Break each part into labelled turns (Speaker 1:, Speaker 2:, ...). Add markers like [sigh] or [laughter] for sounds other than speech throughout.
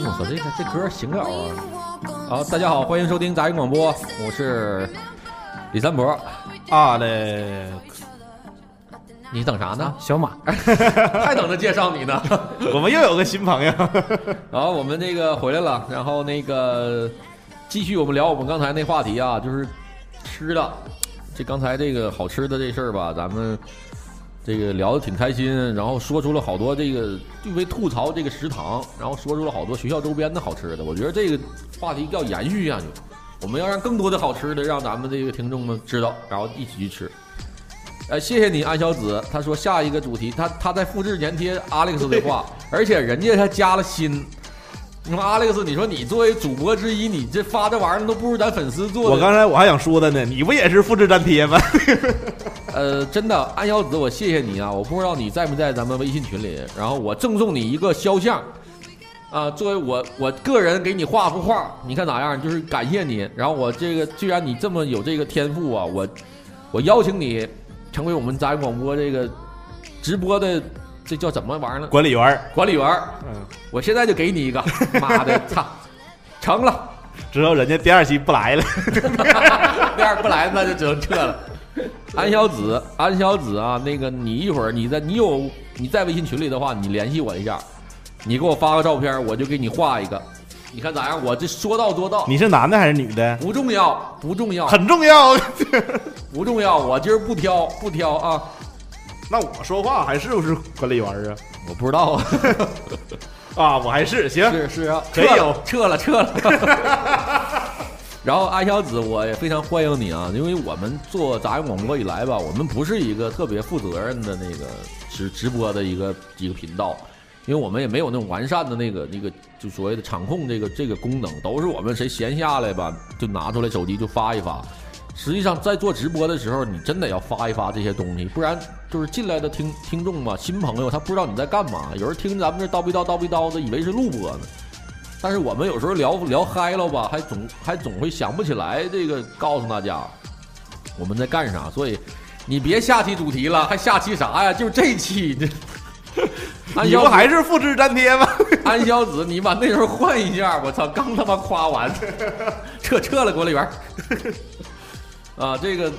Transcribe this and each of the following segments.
Speaker 1: 我嗯这这这歌行了啊！好，大家好，欢迎收听杂音广播，我是李三博。
Speaker 2: 啊嘞，
Speaker 1: 你等啥呢？
Speaker 3: 小
Speaker 1: [laughs]
Speaker 3: 马，
Speaker 1: 啊还等着介绍你呢。
Speaker 2: 我们又有个新朋友，
Speaker 1: 然后我们那个回来了，然后那个继续我们聊我们刚才那话题啊，就是吃的。这刚才这个好吃的这事儿吧，咱们这个聊的挺开心，然后说出了好多这个就为吐槽这个食堂，然后说出了好多学校周边的好吃的。我觉得这个话题要延续下去，我们要让更多的好吃的让咱们这个听众们知道，然后一起去吃。哎，谢谢你，安小子。他说下一个主题，他他在复制粘贴 Alex 的话，而且人家还加了新。你说 Alex，你说你作为主播之一，你这发这玩意儿都不如咱粉丝做的。
Speaker 2: [laughs] 我刚才我还想说的呢，你不也是复制粘贴 [laughs] 吗？
Speaker 1: 呃，真的，安小子，我谢谢你啊！我不知道你在没在咱们微信群里，然后我赠送你一个肖像，啊、作为我我个人给你画幅画，你看咋样？就是感谢你。然后我这个，既然你这么有这个天赋啊，我我邀请你成为我们杂音广播这个直播的这叫怎么玩意儿呢？
Speaker 2: 管理员儿，
Speaker 1: 管理员儿，
Speaker 2: 嗯，
Speaker 1: 我现在就给你一个，妈的，操，成了。
Speaker 2: 之后人家第二期不 [laughs] 来了，
Speaker 1: 第二不来，那就只能撤了。安小子，安小子啊，那个你一会儿你在你有你在微信群里的话，你联系我一下，你给我发个照片，我就给你画一个，你看咋样？我这说到做到，
Speaker 2: 你是男的还是女的？
Speaker 1: 不重要，不重要，
Speaker 2: [laughs] 很重要。 [laughs]
Speaker 1: 不重要，我今儿不挑，不挑啊，
Speaker 2: 那我说话还是不是管理员儿啊？
Speaker 1: 我不知道啊，
Speaker 2: 啊，我还是行，
Speaker 1: 是是啊，
Speaker 2: 可以有
Speaker 1: 撤了撤了。撤了 [laughs] 然后安小子，我也非常欢迎你啊，因为我们做杂音广播以来吧，我们不是一个特别负责任的那个直直播的一个一个频道，因为我们也没有那种完善的那个那个就所谓的场控这个这个功能，都是我们谁闲下来吧就拿出来手机就发一发。实际上，在做直播的时候，你真得要发一发这些东西，不然就是进来的听听众嘛，新朋友他不知道你在干嘛，有人听咱们这叨逼叨叨逼叨的，以为是录播呢。但是我们有时候聊聊嗨了吧，还总还总会想不起来这个告诉大家我们在干啥，所以你别下期主题了，还下期啥呀？就这期 [laughs] 这。安
Speaker 2: 你
Speaker 1: 小
Speaker 2: 不
Speaker 1: 子，
Speaker 2: 还是复制粘贴吗？ [laughs]
Speaker 1: 安小子，你把那时候换一下，我操，刚他妈夸完， [laughs] 撤撤了，管理员。 [laughs] 啊，这个，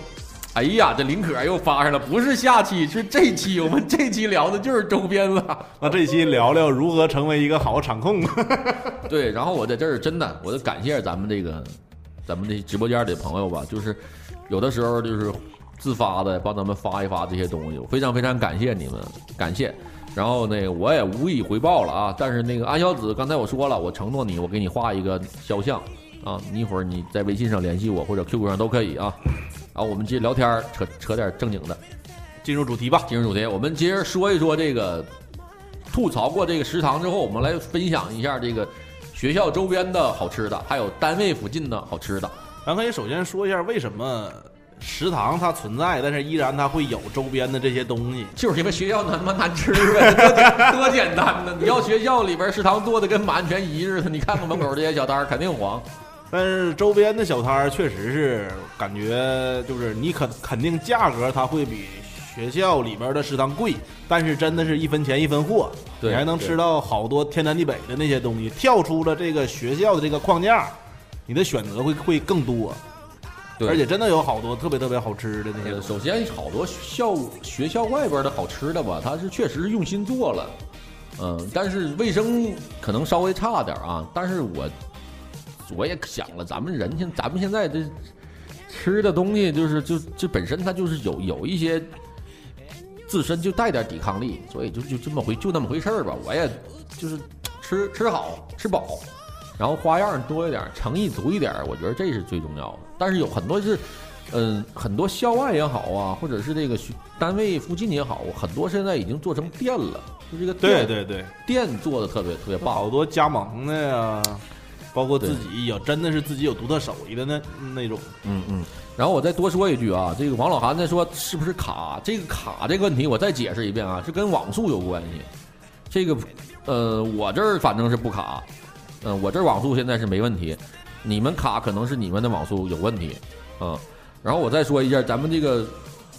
Speaker 1: 哎呀，这林可又发上了，不是下期，是这期，我们这期聊的就是周边了。
Speaker 2: 那这期聊聊如何成为一个好场控。
Speaker 1: 对，然后我在这儿真的，我就感谢咱们这个，咱们这直播间里的朋友吧，就是有的时候就是自发的帮咱们发一发这些东西，我非常非常感谢你们，感谢。然后那个我也无以回报了啊，但是那个安小子，刚才我说了，我承诺你，我给你画一个肖像啊，你一会儿你在微信上联系我或者 QQ 上都可以啊。然后我们接着聊天儿，扯扯点正经的。
Speaker 2: [laughs] 进入主题吧，
Speaker 1: 进入主题，我们接着说一说这个吐槽过这个食堂之后，我们来分享一下这个学校周边的好吃的，还有单位附近的好吃的。
Speaker 2: 咱可以首先说一下为什么食堂它存在，但是依然它会有周边的这些东西。
Speaker 1: 就是因为学校他妈难吃呗， [laughs] 多简多简单呢！你要学校里边食堂做的跟满全一似的，你看看门口这些小摊儿肯定黄。
Speaker 2: 但是周边的小摊儿确实是感觉就是你肯肯定价格它会比学校里边的食堂贵，但是真的是一分钱一分货，
Speaker 1: 对
Speaker 2: 你还能吃到好多天南地北的那些东西，跳出了这个学校的这个框架，你的选择会会更多，而且真的有好多特别特别好吃的那些
Speaker 1: 呃，
Speaker 2: 东西。
Speaker 1: 首先好多校学校外边的好吃的吧，它是确实是用心做了，嗯，但是卫生可能稍微差点啊。但是我我也想了，咱们人现咱们现在这吃的东西就是就就本身它就是有有一些自身就带点抵抗力，所以就就这么回就那么回事儿吧。我也就是吃吃好吃饱，然后花样多一点，诚意足一点，我觉得这是最重要的。但是有很多是，嗯，很多校外也好啊，或者是这个学单位附近也好，很多现在已经做成店了，就这个
Speaker 2: 对
Speaker 1: 店
Speaker 2: 对对，
Speaker 1: 店做的特别特别棒。
Speaker 2: 好多加盟的呀，包括
Speaker 1: 对
Speaker 2: 自己有真的是自己有独特手艺的那那种。
Speaker 1: 嗯嗯。然后我再多说一句啊，这个王老韩在说是不是卡？这个卡这个问题，我再解释一遍啊，是跟网速有关系。这个，呃，我这儿反正是不卡，嗯、我这儿网速现在是没问题。你们卡可能是你们的网速有问题，嗯。然后我再说一下，咱们这个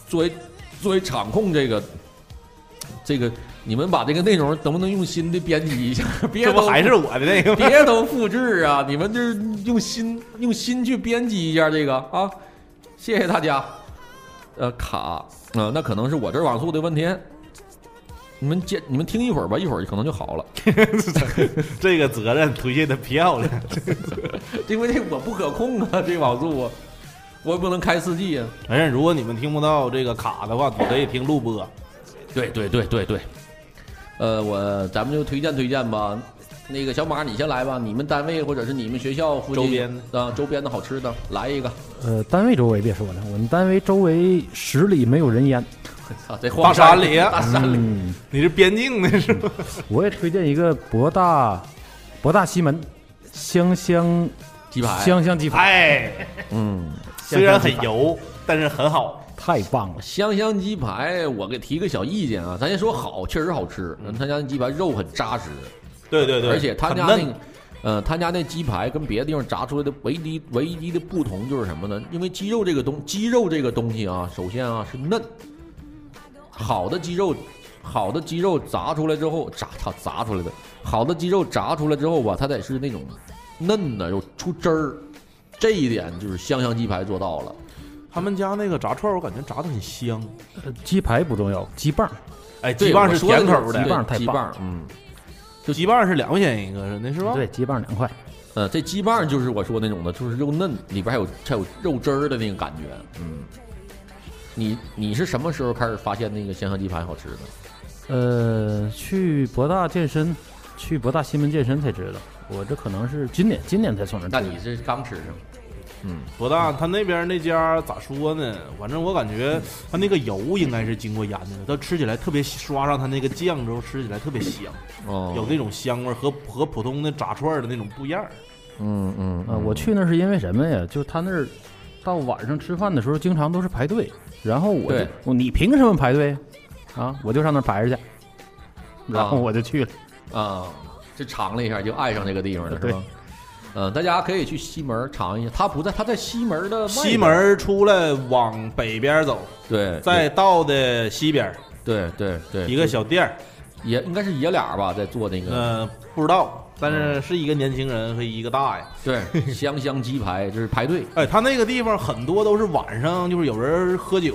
Speaker 1: 作为作为场控这个这个你们把这个内容能不能用心的编辑一下？ [laughs] 别
Speaker 2: 这不
Speaker 1: 都
Speaker 2: 还是我的那个吗？
Speaker 1: [laughs] 别都复制啊！你们就是用心用心去编辑一下这个啊！谢谢大家。呃，卡啊、呃那可能是我这儿网速的问题。你们接，你们听一会儿吧，一会儿可能就好了。 [laughs]
Speaker 2: 这个责任推卸的漂亮。
Speaker 1: 因为这我不可控啊，这网速啊，我也不能开四 G 啊。
Speaker 2: 没事，哎如果你们听不到这个卡的话，你可以听录播。
Speaker 1: 对对对对对，呃，我咱们就推荐推荐吧。那个小马，你先来吧。你们单位或者是你们学校附近
Speaker 2: 周边
Speaker 1: 啊，周边的好吃的，来一个。 [laughs]
Speaker 3: 呃，单位周围别说了，我们单位周围十里没有人烟。
Speaker 1: 啊，这
Speaker 2: 大
Speaker 1: 荒
Speaker 2: 山里
Speaker 1: 大山里，
Speaker 3: 嗯，
Speaker 2: 你是边境的是吧？
Speaker 3: 我也推荐一个博大，博大西门，香香
Speaker 1: 鸡排，
Speaker 3: 香香鸡排，
Speaker 2: 哎， [laughs]
Speaker 1: 嗯，
Speaker 2: 虽然很油，但是很好。
Speaker 3: 太棒了。
Speaker 1: 香香鸡排，我给提个小意见啊，咱先说
Speaker 2: 嗯
Speaker 1: 好，确实好吃。他家那鸡排肉很扎实，
Speaker 2: 对对对，
Speaker 1: 而且他
Speaker 2: 很
Speaker 1: 家那
Speaker 2: 嫩
Speaker 1: 个，呃，他家那鸡排跟别的地方炸出来的唯一唯一的不同就是什么呢？因为鸡肉这个东鸡肉这个东西啊，首先啊是嫩，好的鸡肉，好的鸡肉炸出来之后，炸它炸出来的，好的鸡肉炸出来之后吧，它得是那种嫩的，有出汁儿，这一点就是香香鸡排做到了。
Speaker 2: 他们家那个炸串儿，我感觉炸的很香。
Speaker 3: 呃鸡排不重要，鸡棒
Speaker 2: 哎，
Speaker 1: 对
Speaker 2: 鸡棒
Speaker 1: 我
Speaker 2: 是
Speaker 1: 说的
Speaker 2: 甜口
Speaker 1: 就是
Speaker 2: 的，
Speaker 3: 鸡棒太
Speaker 1: 鸡
Speaker 3: 棒
Speaker 1: 棒，嗯。
Speaker 2: 就鸡棒是两块钱一个，是那是
Speaker 1: 哦
Speaker 2: 吧？
Speaker 3: 对，鸡棒两块。
Speaker 1: 呃，这鸡棒就是我说那种的，就是又嫩，里边还有还有肉汁儿的那个感觉。嗯，你你是什么时候开始发现那个香香鸡排好吃的？
Speaker 3: 呃，去博大健身，去博大西门健身才知道。我这可能是今年今年才从那儿
Speaker 1: 那
Speaker 3: 吃的
Speaker 1: 你是刚吃上？
Speaker 2: 博大，他那边那家咋说呢？反正我感觉他那个油应该是经过腌的，它吃起来特别刷上它那个酱之后，吃起来特别香，
Speaker 1: 哦，
Speaker 2: 有那种香味儿和和普通的炸串儿的那种不一样儿。
Speaker 1: 嗯嗯
Speaker 3: 呃，我去那是因为什么呀？就他那儿到晚上吃饭的时候，经常都是排队，然后我就
Speaker 1: 对
Speaker 3: 我你凭什么排队啊？我就上那儿排着去，然后我就去了。
Speaker 1: 啊，就尝了一下就爱上这个地方了，是
Speaker 3: 对
Speaker 1: 吧？嗯、大家可以去西门儿尝一下，它不在，它在西门儿的外
Speaker 2: 西
Speaker 1: 边
Speaker 2: 门儿出来往北边儿走，
Speaker 1: 对，
Speaker 2: 再到的西边儿
Speaker 1: 对对呃对，
Speaker 2: 一个小店儿，
Speaker 1: 爷应该是爷俩吧，在做那个、
Speaker 2: 呃，不知道，但是是一个年轻人和一个大爷。
Speaker 1: 嗯
Speaker 2: [laughs]
Speaker 1: 对香香鸡排，就是排队，
Speaker 2: 哎，他那个地方很多都是晚上，就是有人喝酒，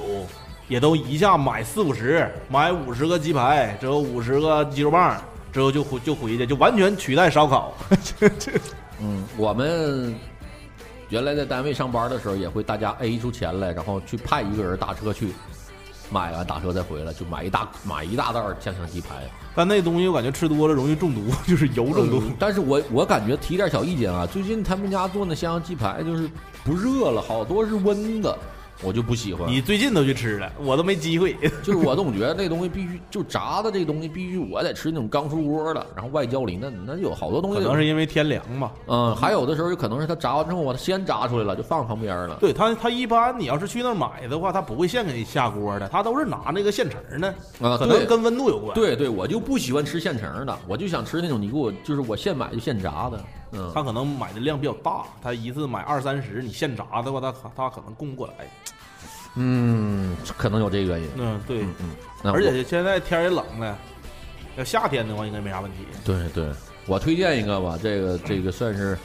Speaker 2: 也都一下买四五十，买五十个鸡排，之后五十个鸡肉棒，之后就回就回去，就完全取代烧烤。 [laughs]
Speaker 1: 嗯，我们原来在单位上班的时候，也会大家 A 出钱来，然后去派一个人打车去买完打车再回来，就买一大 [laughs] 买一大袋儿香香鸡排。
Speaker 2: 但那东西我感觉吃多了容易中毒， [laughs] 就是油中毒。
Speaker 1: 嗯但是我我感觉提点小意见啊，最近他们家做那香香鸡排就是不热了，好多是温的，我就不喜欢。
Speaker 2: 你最近都去吃了，我都没机会。
Speaker 1: 就是我总觉得这东西必须就炸的这东西必须我得吃那种刚出锅的，然后外焦里嫩，那有好多东西
Speaker 2: [laughs] 可能是因为天凉吧。
Speaker 1: 嗯，还有的时候有可能是它炸完之后我它先炸出来了，就放旁边了。
Speaker 2: 对他，他一般你要是去那儿买的话，他不会现给你下锅的，他都是拿那个现成儿的，
Speaker 1: 啊
Speaker 2: 可
Speaker 1: 对
Speaker 2: 能跟温度有关。，
Speaker 1: 对对，我就不喜欢吃现成的，我就想吃那种你给我就是我现买就现炸的。嗯，
Speaker 2: 他可能买的量比较大，他一次买二三十，你现炸的话，他可他可能供不过来。
Speaker 1: 嗯，可能有这个原因。
Speaker 2: 嗯，对，
Speaker 1: 嗯嗯，那我
Speaker 2: 而且现在天儿也冷了，要夏天的话应该没啥问题。
Speaker 1: 对对，我推荐一个吧，这个这个算是，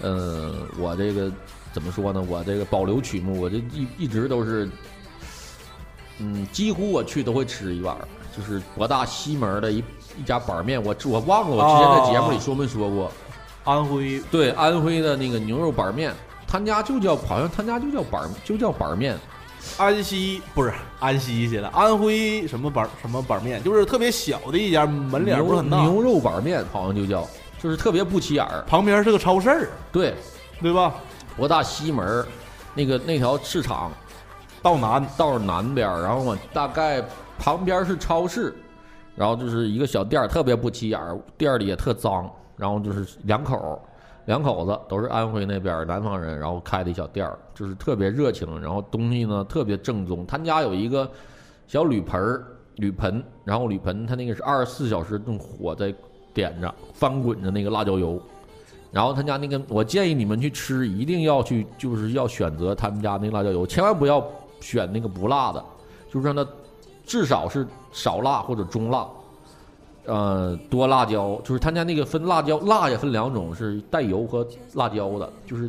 Speaker 1: 呃，我这个怎么说呢？我这个保留曲目，我这一一直都是，嗯，几乎我去都会吃一碗儿，就是博大西门的一一家板儿面，我我忘了我之前在节目
Speaker 2: 哦
Speaker 1: 里说没说过。
Speaker 2: 安徽
Speaker 1: 对，安徽的那个牛肉板儿面，他家就叫好像他家就叫板儿就叫板儿面，
Speaker 2: 安溪不是安溪去了，安徽什么板什么板面，就是特别小的一家，门脸不是很大，
Speaker 1: 牛牛肉板面好像就叫，就是特别不起眼儿。
Speaker 2: 旁边是个超市儿，
Speaker 1: 对，
Speaker 2: 对吧？
Speaker 1: 博大西门儿那个那条市场
Speaker 2: 到南
Speaker 1: 到南边儿，然后往大概旁边是超市，然后就是一个小店儿，特别不起眼儿，店儿里也特脏，然后就是两口儿。两口子都是安徽那边儿南方人，然后开的一小店儿，就是特别热情，然后东西呢特别正宗。他家有一个小铝盆儿、铝盆，然后铝盆它那个是二十四小时用火在点着、翻滚着那个辣椒油，然后他家那个，我建议你们去吃，一定要去，就是要选择他们家那辣椒油，千万不要选那个不辣的，就是让它至少是少辣或者中辣，呃，多辣椒，就是他家那个分辣椒，辣也分两种，是带油和辣椒的，就是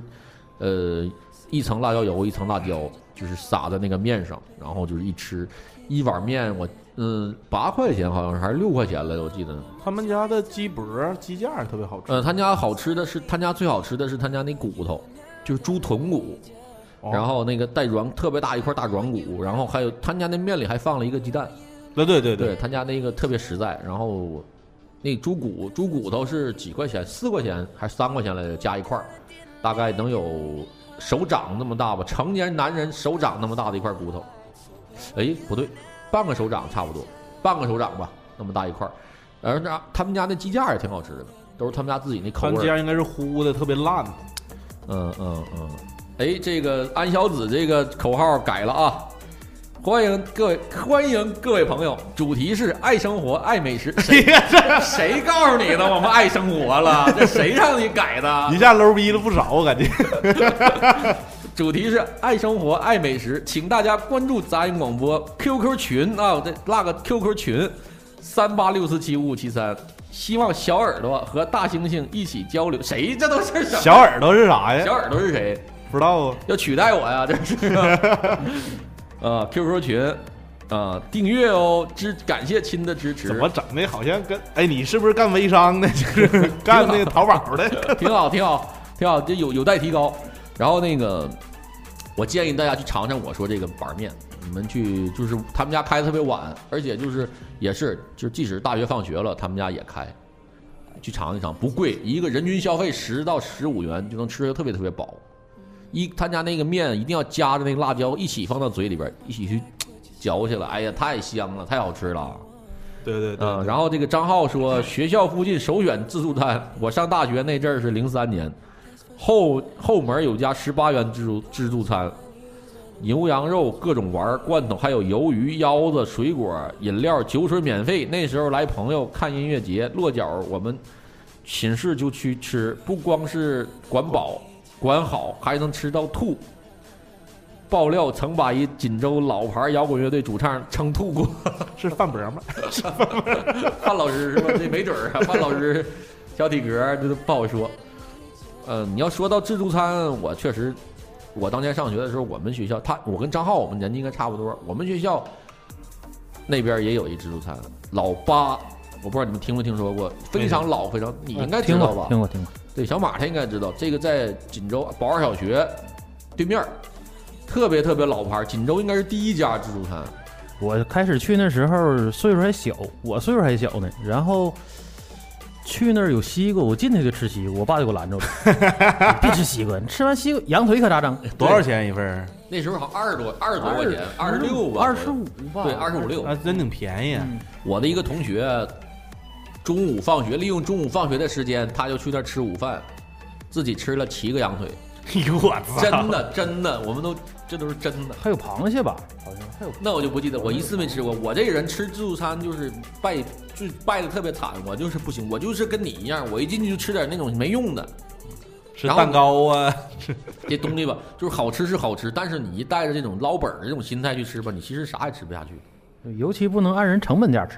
Speaker 1: 呃一层辣椒油，一层辣椒，就是撒在那个面上，然后就是一吃一碗面，我嗯八块钱好像是还是六块钱了，我记得。
Speaker 2: 他们家的鸡脖、鸡架儿特别好吃。
Speaker 1: 呃，他家好吃的是他家最好吃的是他家那骨头，就是猪臀骨，
Speaker 2: 哦
Speaker 1: 然后那个带软特别大一块大软骨，然后还有他家那面里还放了一个鸡蛋。
Speaker 2: 对对对
Speaker 1: 对，他家那个特别实在，然后那猪骨猪骨头是几块钱，四块钱还是三块钱来着，加一块儿，大概能有手掌那么大吧，成年男人手掌那么大的一块骨头，哎，不对，半个手掌差不多，半个手掌吧，那么大一块儿。而那他们家那鸡架也挺好吃的，都是他们家自己那口
Speaker 2: 他们
Speaker 1: 味儿。
Speaker 2: 家应该是糊的特别烂的。
Speaker 1: 嗯嗯嗯，哎，这个安小子这个口号改了啊！欢迎各位，欢迎各位朋友，主题是爱生活，爱美食。谁谁告诉你的？我们爱生活了，这谁让你改的？
Speaker 2: 一下 low 逼了不少，
Speaker 1: [laughs]
Speaker 2: 我感觉。
Speaker 1: 主题是爱生活，爱美食，请大家关注杂音广播 QQ 群啊，我再拉个 QQ 群，三八六四七五五七三。希望小耳朵和大猩猩一起交流。谁？这都是什么？
Speaker 2: 小耳朵是啥
Speaker 1: 小
Speaker 2: 呀？
Speaker 1: 耳朵是谁？
Speaker 2: 不知道啊。
Speaker 1: 要取代我呀， [laughs] 这
Speaker 2: [laughs]
Speaker 1: 是。呃，QQ 群，呃，订阅哦，支感谢亲的支持，
Speaker 2: 怎么整的？好像跟哎，你是不是干微商的？就是 [laughs] 干那个淘宝 [laughs] 的？
Speaker 1: 挺好，挺好，挺好，这有有待提高。然后那个，我建议大家去尝尝我说这个板儿面，你们去就是他们家开的特别晚，而且就是也是就是即使大学放学了，他们家也开，去尝一尝，不贵，一个人均消费十到十五元就能吃的特别特别饱。一他家那个面一定要夹着那个辣椒一起放到嘴里边，一起去嚼起来，哎呀，太香了，太好吃了。啊
Speaker 2: 对对
Speaker 1: 嗯，
Speaker 2: 对。
Speaker 1: 然后这个张浩说，学校附近首选自助餐。我上大学那阵儿是零三年，后后门有家十八元自助自助餐，牛羊肉各种丸儿罐头，还有鱿鱼、腰子、水果、饮料、酒水免费。那时候来朋友看音乐节，落脚儿我们寝室就去吃，不光是管饱管好，还能吃到吐。爆料曾把一锦州老牌摇滚乐队主唱撑吐过。
Speaker 2: 是饭博吗？
Speaker 1: 范老师是吧？这没准儿啊，范老师小体格儿这都不好说。呃，你要说到自助餐，我确实，我当年上学的时候，我们学校他我跟张浩我们年纪应该差不多，我们学校那边也有一自助餐，老八。我不知道你们听没听说过，非常老，非常你应该知
Speaker 3: 嗯听
Speaker 1: 道
Speaker 3: 过
Speaker 1: 吧？
Speaker 3: 听过听过，
Speaker 1: 对，小马他应该知道，这个在锦州保二小学对面儿，特别特别老牌儿，锦州应该是第一家自助餐。
Speaker 3: 我开始去那时候岁数还小，我岁数还小呢，然后。去那儿有西瓜，我进去就吃西瓜，我爸就给我拦住了，你别吃西瓜，你吃完西瓜羊腿可咋整？
Speaker 2: [laughs] 多少钱一份儿？
Speaker 1: 那时候好像二十多，二十多块钱，二十六吧，
Speaker 3: 二十五吧，
Speaker 1: 对，二十五六。
Speaker 2: 啊，真挺便宜啊。
Speaker 3: 嗯
Speaker 1: 我的一个同学，中午放学利用中午放学的时间，他就去那儿吃午饭，自己吃了七个羊腿，
Speaker 2: [laughs] 哎呦我操！
Speaker 1: 真的真的，我们都这都是真的。
Speaker 3: 还有螃蟹吧，好像还有
Speaker 1: 那我就不记得，我一次没吃过。我这个人吃自助餐就是败，就败的特别惨，我就是不行，我就是跟你一样，我一进去就吃点那种没用的，
Speaker 2: 吃蛋糕啊，
Speaker 1: 这东西吧， [laughs] 就是好吃是好吃，但是你一带着这种捞本儿的这种心态去吃吧，你其实啥也吃不下去。
Speaker 3: 尤其不能按人成本价吃。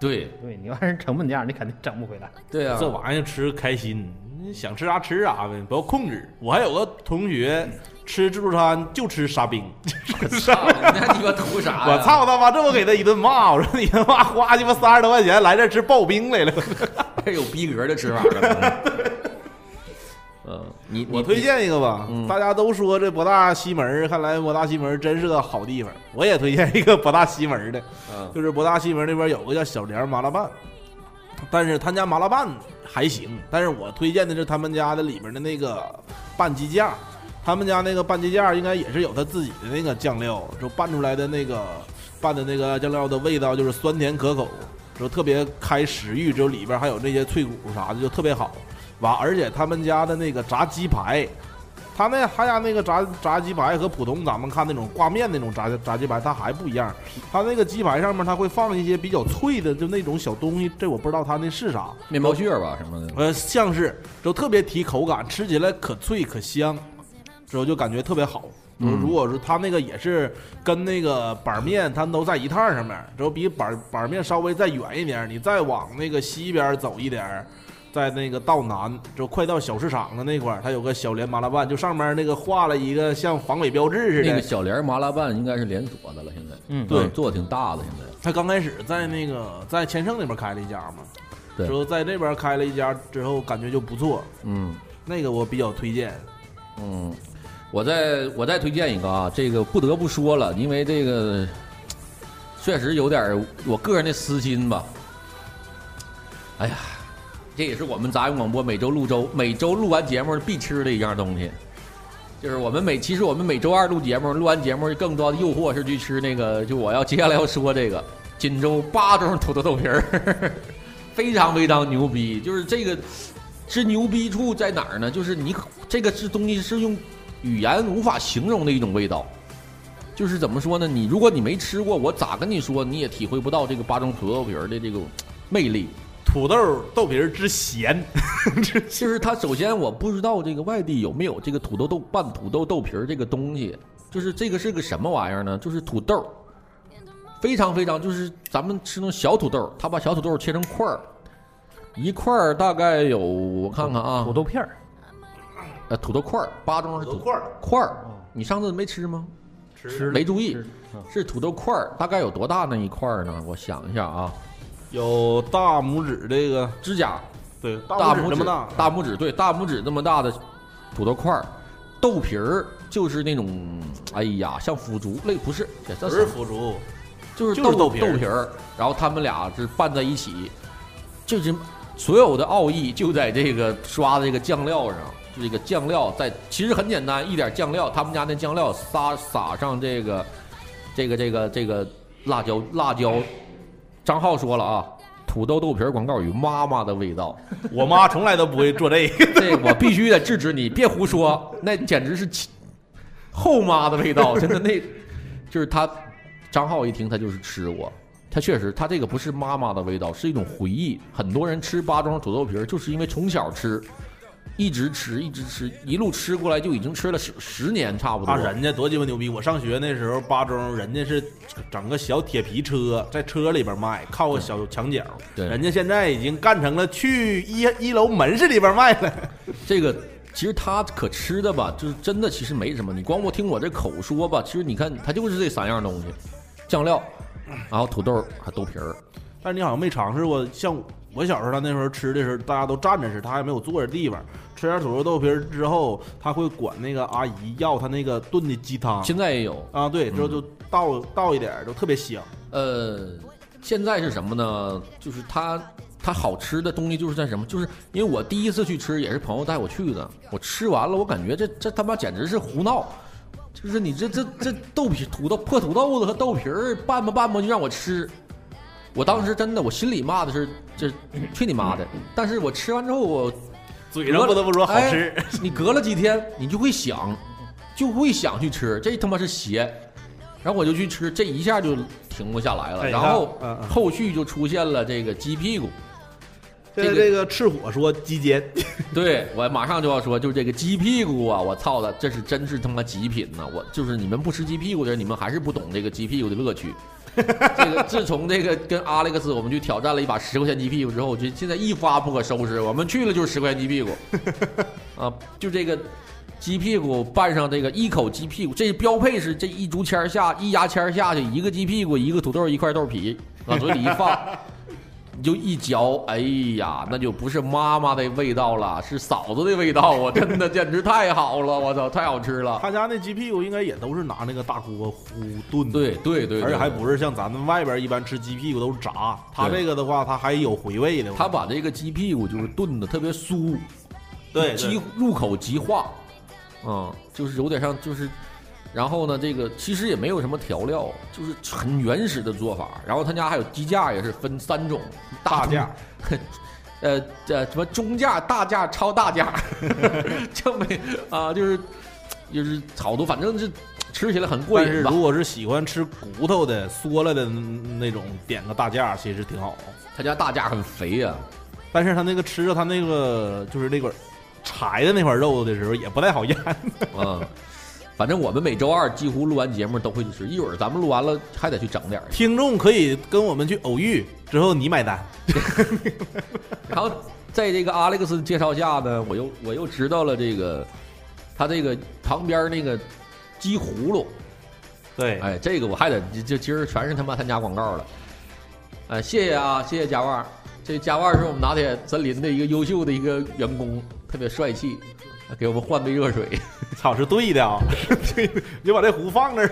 Speaker 1: 对
Speaker 3: 对你按人成本价，你肯定整不回来。
Speaker 1: 对啊，
Speaker 2: 这玩意儿吃开心，你想吃啥吃啥呗，不要控制。我还有个同学吃自助餐就吃沙冰，
Speaker 1: [laughs] 操，你还鸡巴图啥哎呀？
Speaker 2: 我操他妈！这我给他一顿骂，我说你他妈花鸡巴三十多块钱来这儿吃刨冰来了。
Speaker 1: 这有逼格的吃法
Speaker 2: [laughs]
Speaker 1: 了。嗯，你
Speaker 2: 我
Speaker 1: 你
Speaker 2: 推荐一个吧，
Speaker 1: 嗯
Speaker 2: 大家都说这博大西门儿，看来博大西门儿真是个好地方。我也推荐一个博大西门儿的，
Speaker 1: 嗯
Speaker 2: 就是博大西门那边有个叫小梁麻辣拌，但是他家麻辣拌还行，但是我推荐的是他们家的里边的那个拌鸡架，他们家那个拌鸡架应该也是有他自己的那个酱料，就拌出来的那个拌的那个酱料的味道就是酸甜可口，就特别开食欲，就里边还有那些脆骨啥的，就特别好。完，而且他们家的那个炸鸡排。他那他家那个炸炸鸡排和普通咱们看那种挂面那种炸炸鸡排，它还不一样。它那个鸡排上面，它会放一些比较脆的，就那种小东西，这我不知道它那是啥，
Speaker 1: 面包屑吧什么的，
Speaker 2: 呃，像是就特别提口感，吃起来可脆可香，之后就感觉特别好。
Speaker 1: 嗯
Speaker 2: 就是如果说他那个也是跟那个板儿面，他们都在一趟上面，只要比板儿板儿面稍微再远一点，你再往那个西边走一点。在那个道南，就快到小市场了那块儿，它有个小联麻辣拌，就上面那个画了一个像防伪标志似的。
Speaker 1: 那个小莲麻辣拌应该是连锁的了，现在，
Speaker 3: 嗯
Speaker 2: 对
Speaker 1: 做的挺大的，现在
Speaker 2: 他刚开始在那个在千盛那边开了一家嘛，
Speaker 1: 对
Speaker 2: 之后在那边开了一家之后，感觉就不错，
Speaker 1: 嗯
Speaker 2: 那个我比较推荐。
Speaker 1: 嗯，我再我再推荐一个啊，这个不得不说了，因为这个确实有点儿我个人的私心吧。哎呀，这也是我们杂音广播每周录周每周录完节目必吃的一样东西，就是我们每其实我们每周二录节目，录完节目更多的诱惑是去吃那个，就我要接下来要说这个锦州八中土豆豆皮儿， [laughs] 非常非常牛逼，就是这个。之牛逼处在哪儿呢？就是你可这个是东西是用语言无法形容的一种味道，就是怎么说呢？你如果你没吃过，我咋跟你说你也体会不到这个八中土豆皮儿的这种魅
Speaker 2: [laughs]
Speaker 1: 力。
Speaker 2: 土豆豆皮儿之咸，
Speaker 1: 就是它首先我不知道这个外地有没有这个土豆豆拌土豆豆皮儿这个东西，就是这个是个什么玩意儿呢？就是土豆儿，非常非常就是咱们吃那种小土豆儿，他把小土豆儿切成块儿，一块儿大概有我看看啊，
Speaker 3: 土豆片儿，
Speaker 1: 呃，土豆块儿，八中是土
Speaker 2: 土豆块儿
Speaker 1: 块儿。你上次没吃吗？
Speaker 3: 吃
Speaker 1: 没注意
Speaker 3: 吃，嗯
Speaker 1: 是土豆块儿，大概有多大那一块儿呢？我想一下啊，
Speaker 2: 有大拇指这个，
Speaker 1: 指甲
Speaker 2: 对，
Speaker 1: 大
Speaker 2: 拇指
Speaker 1: 指
Speaker 2: 那么大，
Speaker 1: 大拇指对，大拇指那么大的土豆块儿，豆皮儿就是那种，哎呀，像腐竹类，不是，这
Speaker 2: 不
Speaker 1: 这
Speaker 2: 是腐竹，
Speaker 1: 就是
Speaker 2: 就是
Speaker 1: 豆
Speaker 2: 豆皮儿
Speaker 1: 儿，然后他们俩是拌在一起，就是所有的奥义就在这个刷的这个酱料上，就这个酱料在其实很简单，一点酱料，他们家那酱料撒撒上这个这个这个这个辣椒辣椒，张浩说了啊，土豆豆皮儿广告语妈妈的味道，
Speaker 2: 我妈从来都不会做这个。
Speaker 1: 这我必须得制止你，别胡说，那简直是亲后妈的味道，真的那，就是他张浩一听他就是吃我，他确实他这个不是妈妈的味道，是一种回忆。很多人吃八庄土豆皮儿，就是因为从小吃，一直吃一直吃，一路吃过来就已经吃了十十年差不多。
Speaker 2: 啊，人家多鸡巴牛逼！我上学那时候，八中人家是整个小铁皮车，在车里边卖，靠个小墙角。
Speaker 1: 对
Speaker 2: 人家现在已经干成了去一一楼门市里边卖了。
Speaker 1: 这个其实它可吃的吧，就是真的其实没什么。你光我听我这口说吧，其实你看它就是这三样东西：酱料，然后土豆还豆皮儿。
Speaker 2: 但是你好像没尝试过，像我小时候他那时候吃的时候，大家都站着吃，他还没有坐着地方。吃点土豆豆皮儿之后，他会管那个阿姨要他那个炖的鸡汤
Speaker 1: 现在也有，
Speaker 2: 啊，对，之后就倒倒一点儿，就特别香。
Speaker 1: 呃，现在是什么呢？就是它它好吃的东西就是在什么？就是因为我第一次去吃也是朋友带我去的，我吃完了，我感觉这这他妈简直是胡闹。就是你这这这豆皮土豆破土豆子和豆皮儿拌吧拌吧就让我吃，我当时真的我心里骂的是这去你妈的！但是我吃完之后我
Speaker 2: 嘴上不得不说好吃。
Speaker 1: 哎你隔了几天，你就会想，就会想去吃，这他妈是邪。然后我就去吃，这一下就停不下来了。
Speaker 2: 哎你
Speaker 1: 然
Speaker 2: 看
Speaker 1: 后
Speaker 2: 嗯嗯
Speaker 1: 后续就出现了这个鸡屁股，
Speaker 2: 现在
Speaker 1: 这
Speaker 2: 这个赤火说鸡尖， [laughs]
Speaker 1: 对我马上就要说，就是这个鸡屁股啊！我操的，这是真是他妈极品呐、我就是你们不吃鸡屁股的人，你们还是不懂这个鸡屁股的乐趣。这个自从这个跟阿雷克斯我们去挑战了一把十块钱鸡屁股之后，就现在一发不可收拾。我们去了就是十块钱鸡
Speaker 2: [laughs]
Speaker 1: 屁股，啊，就这个鸡屁股拌上这个一口鸡屁股，这标配是这一竹签儿下一牙签儿下去，一个鸡屁股，一个土豆，一块豆皮，啊往嘴里一
Speaker 2: [laughs]
Speaker 1: 放。你就一嚼，哎呀，那就不是妈妈的味道了，是嫂子的味道啊！真的，简直太好了，我操，太好吃了！
Speaker 2: 他家那鸡屁股应该也都是拿那个大锅烀炖的，
Speaker 1: 对对对，
Speaker 2: 而且还
Speaker 1: 对
Speaker 2: 不是像咱们外边一般吃鸡屁股都是炸，他
Speaker 1: 对
Speaker 2: 这个的话，他还有回味的。
Speaker 1: 他把这个鸡屁股就是炖的特别酥，
Speaker 2: 对
Speaker 1: 即
Speaker 2: 对
Speaker 1: 入口即化，嗯，就是有点像就是，然后呢，这个其实也没有什么调料，就是很原始的做法。然后他家还有鸡架，也是分三种，
Speaker 2: 大
Speaker 1: 中
Speaker 2: 架，
Speaker 1: [laughs] 呃呃什么中价、大价、超大价， [laughs] 这没啊，就是就是好多，反正是吃起来很过
Speaker 2: 但是
Speaker 1: 瘾吧
Speaker 2: 如。果是喜欢吃骨头的、缩了的那种，点个大架其实挺好。
Speaker 1: 他家大价很肥呀、
Speaker 2: 但是他那个吃着他那个就是那块柴的那块肉的时候也不太好咽。
Speaker 1: 啊， [laughs] 反正我们每周二几乎录完节目都会去吃，一会儿咱们录完了还得去整点儿。
Speaker 2: [laughs] 听众可以跟我们去偶遇，之后你买单。
Speaker 1: 然后在这个 Alex 的介绍下呢，我又我又知道了这个他这个旁边那个鸡葫芦，
Speaker 2: 对，
Speaker 1: 哎，这个我还得就就今儿全是他妈他家广告了。哎，谢谢啊，谢谢家万儿，这家万儿是我们拿铁森林的一个优秀的一个员工，特别帅气，给我们换杯热水。 [laughs]
Speaker 2: 操，是对的啊、 [laughs] 是对的，你就把这壶放那儿。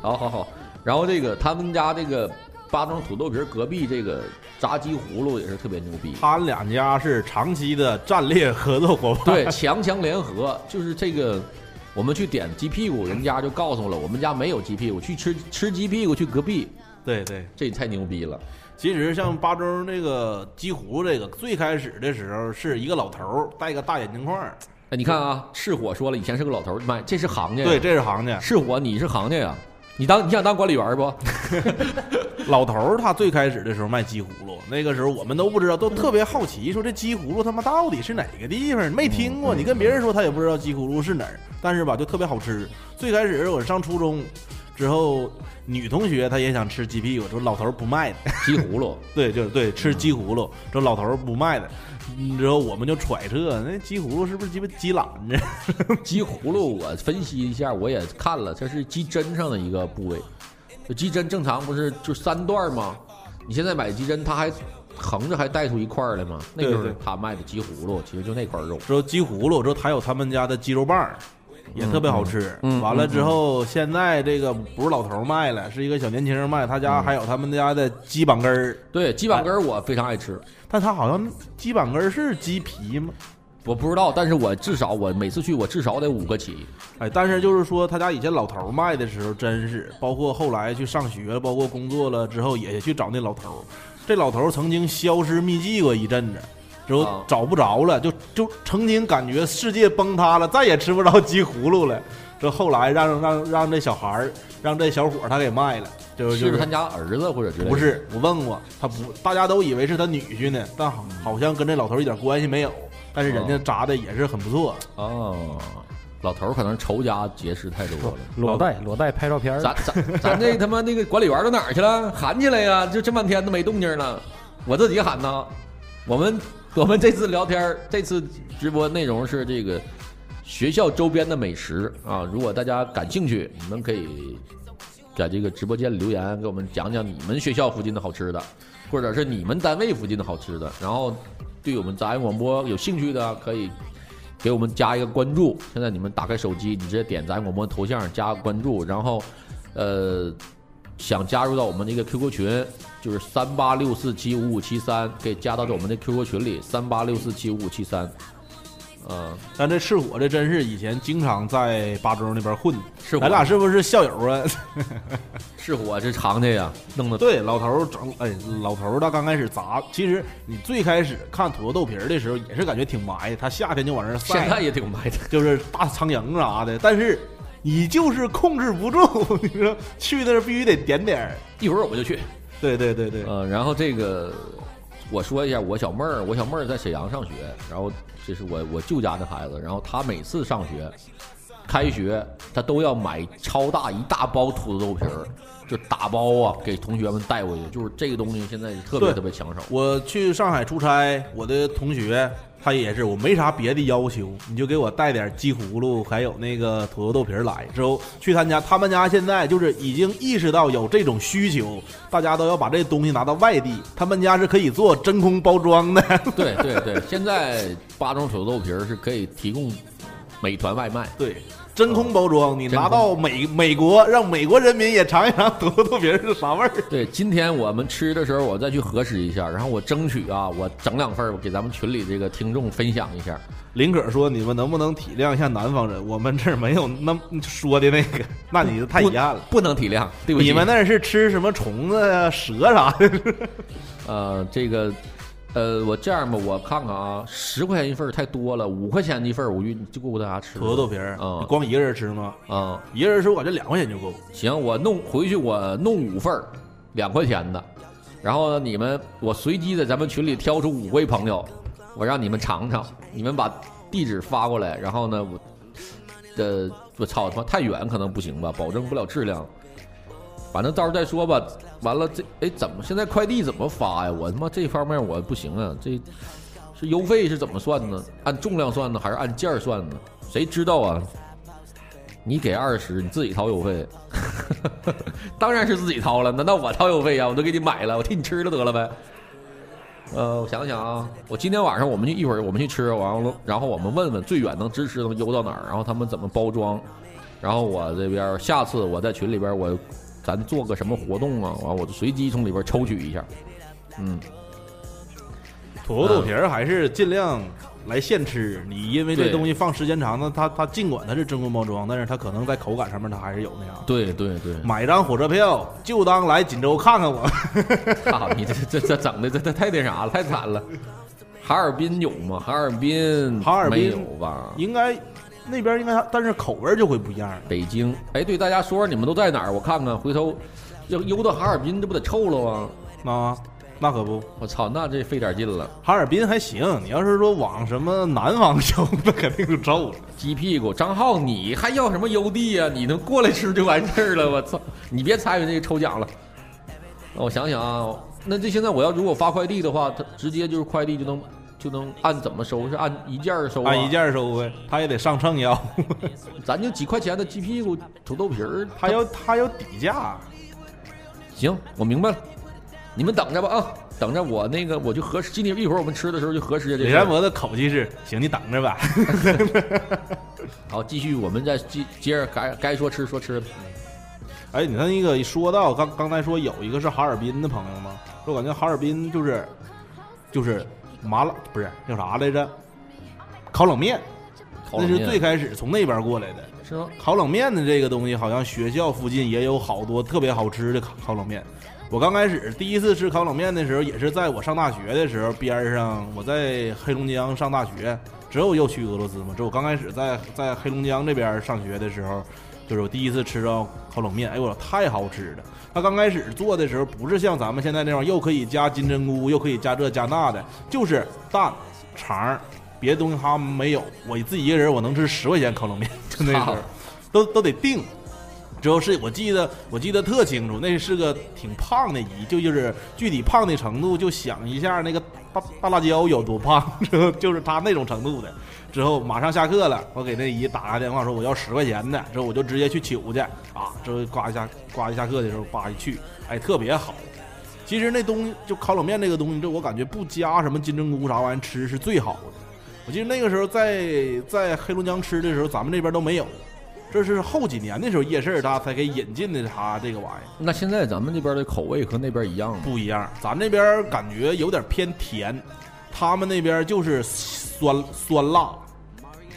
Speaker 1: 好好好，然后这个他们家这个八中土豆皮儿隔壁这个炸鸡葫芦也是特别牛逼，
Speaker 2: 他们两家是长期的战略合作伙伴。
Speaker 1: [laughs] 对，强强联合，就是这个。我们去点鸡屁股，人家就告诉了我们家没有鸡屁股，去吃吃鸡屁股去隔壁，
Speaker 2: [laughs] 对对，
Speaker 1: 这太牛逼了。
Speaker 2: 其实像巴中这个鸡糊这个，最开始的时候是一个老头儿戴个大眼镜框儿，
Speaker 1: 哎，你看啊，赤火说了，以前是个老头儿，妈，这是行家呀。
Speaker 2: 对，这是行家。
Speaker 1: 是我，你是行家呀，你当你想当管理员不？
Speaker 2: 老头儿他最开始的时候卖鸡葫芦，那个时候我们都不知道，都特别好奇，说这鸡葫芦他妈到底是哪个地方？没听过，你跟别人说他也不知道鸡葫芦是哪儿，但是吧就特别好吃。最开始我上初中之后，女同学她也想吃鸡屁股，说老头儿不卖的， [laughs]
Speaker 1: 鸡葫芦，
Speaker 2: 对，就是对吃鸡葫芦，说老头儿不卖的。嗯之后我们就揣测，那鸡葫芦是不是鸡巴鸡懒子？
Speaker 1: 鸡葫芦，我分析一下，我也看了，这是鸡胗上的一个部位。就鸡胗正常不是就三段吗？你现在买鸡胗，它还横着还带出一块儿来吗？那就
Speaker 2: 对
Speaker 1: 是
Speaker 2: 对
Speaker 1: 他卖的鸡葫芦，其实就那块肉。
Speaker 2: 之后鸡葫芦，之后还有他们家的鸡肉棒儿，也特别好吃。
Speaker 1: 嗯嗯
Speaker 2: 完了之后，现在这个不是老头儿卖了，是一个小年轻人卖。他家还有他们家的鸡板根儿，
Speaker 1: 对，鸡
Speaker 2: 哎
Speaker 1: 板根儿我非常爱吃，
Speaker 2: 但他好像鸡板根儿是鸡皮吗？
Speaker 1: 我不知道，但是我至少我每次去我至少得五个起。
Speaker 2: 哎，但是就是说，他家以前老头儿卖的时候，真是包括后来去上学，包括工作了之后，也去找那老头儿。这老头儿曾经消失匿迹过一阵子，之后
Speaker 1: 啊
Speaker 2: 找不着了，就就曾经感觉世界崩塌了，再也吃不着鸡葫芦了。这后来让让让这小孩儿，让这小伙儿他给卖了，就是就是是
Speaker 1: 他家儿子或者之类的？
Speaker 2: 不，是，我问过他不，大家都以为是他女婿呢，但好好像跟这老头儿一点关系没有。但是人家炸的也是很不错，
Speaker 1: 哦，老头儿可能仇家结识太多了。
Speaker 3: 裸贷裸贷拍照片儿，
Speaker 1: 咱咱咱这他妈那个管理员都哪儿去了？喊起来呀！就这半天都没动静了，我自己喊呐。我们我们这次聊天儿，这次直播内容是这个学校周边的美食啊。如果大家感兴趣，你们可以在这个直播间留言，给我们讲讲你们学校附近的好吃的，或者是你们单位附近的好吃的。然后对我们杂音广播有兴趣的，可以给我们加一个关注。现在你们打开手机，你直接点杂音广播头像加关注，然后呃。想加入到我们的一个 QQ 群，就是三八六四七五五七三，可以加到我们的 QQ 群里，三八六四七五五七三。嗯，
Speaker 2: 但这赤火这真是以前经常在巴州那边混，
Speaker 1: 是我
Speaker 2: 咱俩是不是校友啊？ [laughs]
Speaker 1: 是我这长的呀，弄的
Speaker 2: 对，老头儿整，哎，老头儿他刚开始砸，其实你最开始看土豆豆皮儿的时候也是感觉挺埋，他夏天就往那儿
Speaker 1: 现在
Speaker 2: 晒，
Speaker 1: 也挺埋汰。
Speaker 2: 就是大苍蝇啊啥的，但是你就是控制不住， [laughs] 你说去那儿必须得点点儿。
Speaker 1: [laughs] 一会儿我就去。
Speaker 2: 对对对对，
Speaker 1: 呃，然后这个我说一下，我小妹儿，我小妹儿在沈阳上学，然后这是我我舅家的孩子，然后她每次上学，开学她都要买超大一大包土豆皮儿，就打包啊，给同学们带回去。就是这个东西现在是特别
Speaker 2: 对
Speaker 1: 特别抢手。
Speaker 2: 我去上海出差，我的同学他也是，我没啥别的要求，你就给我带点鸡葫芦，还有那个土豆豆皮儿来。之后去他家，他们家现在就是已经意识到有这种需求，大家都要把这东西拿到外地，他们家是可以做真空包装的。 [laughs]
Speaker 1: 对对对， [laughs] 现在八中土豆皮儿是可以提供美团外卖。
Speaker 2: 对，真空包装，你
Speaker 1: 真空
Speaker 2: 拿到美美国，让美国人民也尝一尝 [laughs] 土豆豆皮儿是啥味儿。
Speaker 1: 对，今天我们吃的时候，我再去核实一下，然后我争取啊，我整两份儿，我给咱们群里这个听众分享一下。
Speaker 2: 林可说：“你们能不能体谅一下南方人？我们这儿没有那么说的那个，那你就太遗憾了。”
Speaker 1: 不能体谅，对不起。
Speaker 2: 你们那是吃什么虫子呀、蛇啥
Speaker 1: [laughs]
Speaker 2: 的？
Speaker 1: 呃，这个，呃，我这样吧，我看看啊，十块钱一份儿太多了，五块钱一份儿，我就就够大家吃了。
Speaker 2: 土豆豆皮儿，
Speaker 1: 嗯
Speaker 2: 你光一个人吃吗？
Speaker 1: 啊、
Speaker 2: 一个人吃我感觉两块钱就够。
Speaker 1: 行，我弄回去，我弄五份儿，两块钱的。然后呢，你们我随机在咱们群里挑出五位朋友，我让你们尝尝。你们把地址发过来，然后呢，我呃，我操他妈太远可能不行吧，保证不了质量。反正到时候再说吧。完了这哎怎么现在快递怎么发呀？我他妈这方面我不行啊，这是邮费是怎么算呢？按重量算呢，还是按件儿算呢？谁知道啊？你给二十，你自己掏邮费，当然是自己掏了。难道我掏邮费呀、我都给你买了，我替你吃了得了呗。呃，我想想啊，我今天晚上我们去一会儿我们去吃，完了，然后我们问问最远能支持能邮到哪儿，然后他们怎么包装，然后我这边儿下次我在群里边儿我咱做个什么活动啊，完我就随机从里边儿抽取一下，嗯，
Speaker 2: 土豆豆皮儿还是尽量来现吃。你因为这
Speaker 1: 对
Speaker 2: 东西放时间长了，它它尽管它是真空包装，但是它可能在口感上面它还是有那啥。
Speaker 1: 对对
Speaker 2: [laughs]
Speaker 1: 对，
Speaker 2: 买张火车票就当来锦州看看我。
Speaker 1: 操啊你这这这整的这这太那啥了，太惨了。哈尔滨有吗？哈尔滨
Speaker 2: 哈尔滨
Speaker 1: 没有吧？
Speaker 2: 应该那边应该，但是口味儿就会不一样了。
Speaker 1: 北京，哎，对大家说说你们都在哪儿？我看看，回头要悠到哈尔滨，这不得臭了吗？
Speaker 2: 啊，那可不，
Speaker 1: 我操，那这费点劲了，
Speaker 2: 哈尔滨还行。你要是说往什么南方走， [laughs] 那肯定就臭了。
Speaker 1: 鸡屁股。张浩，你还要什么邮递呀、你能过来吃就完事儿了，我操！你别参与这个抽奖了。那我想想啊，那这现在我要如果发快递的话，他直接就是快递就能就能按怎么收？是按一件儿收、啊？
Speaker 2: 按一，件儿收呗，他也得上秤要，
Speaker 1: 咱就几块钱的鸡屁股、土豆皮儿，
Speaker 2: 他要他要底价。
Speaker 1: 行，我明白了，你们等着吧啊，等着我那个我就核实，今天一会儿我们吃的时候就核实一下这
Speaker 2: 李
Speaker 1: 事
Speaker 2: 山
Speaker 1: 儿。
Speaker 2: 伯的口气是：行，你等着吧。
Speaker 1: 好，继续，我们再接接着该该说吃说吃。
Speaker 2: [laughs] 哎，你看那个一说到刚刚才说有一个是哈尔滨的朋友吗？说感觉哈尔滨就是就是麻辣不是叫啥来着？烤冷面，
Speaker 1: 烤冷
Speaker 2: 那
Speaker 1: 面
Speaker 2: 是最开始从那边过来的。
Speaker 1: 是吗？
Speaker 2: 烤冷面的这个东西，好像学校附近也有好多特别好吃的烤烤冷面。我刚开始第一次吃烤冷面的时候，也是在我上大学的时候，边儿上我在黑龙江上大学，之后又去俄罗斯嘛。之后我刚开始在在黑龙江这边上学的时候，就是我第一次吃到烤冷面，哎呦我太好吃了！它刚开始做的时候，不是像咱们现在那样又可以加金针菇，又可以加这加那的，就是蛋、肠儿，别的东西它没有。我自己一个人我能吃十块钱烤冷面，就那时候。都都得定。之后是我记得我记得特清楚，那是个挺胖的姨，就就是具体胖的程度，就想一下那个大大辣椒有多胖， [laughs] 之后就是他那种程度的。之后马上下课了，我给那姨打个电话说 [laughs] 我要十块钱的，之后我就直接去取去啊，之后呱一下呱一下课的时候叭一去，哎特别好。其实那东西就烤冷面这个东西，这我感觉不加什么金针菇啥玩意儿吃是最好的。我记得那个时候在在黑龙江吃的时候，咱们那边都没有，这是后几年的时候夜市它才给引进的它这个玩意儿，
Speaker 1: 那现在咱们这边的口味和那边一样吗？
Speaker 2: 不一样。咱这边感觉有点偏甜，他们那边就是酸酸辣，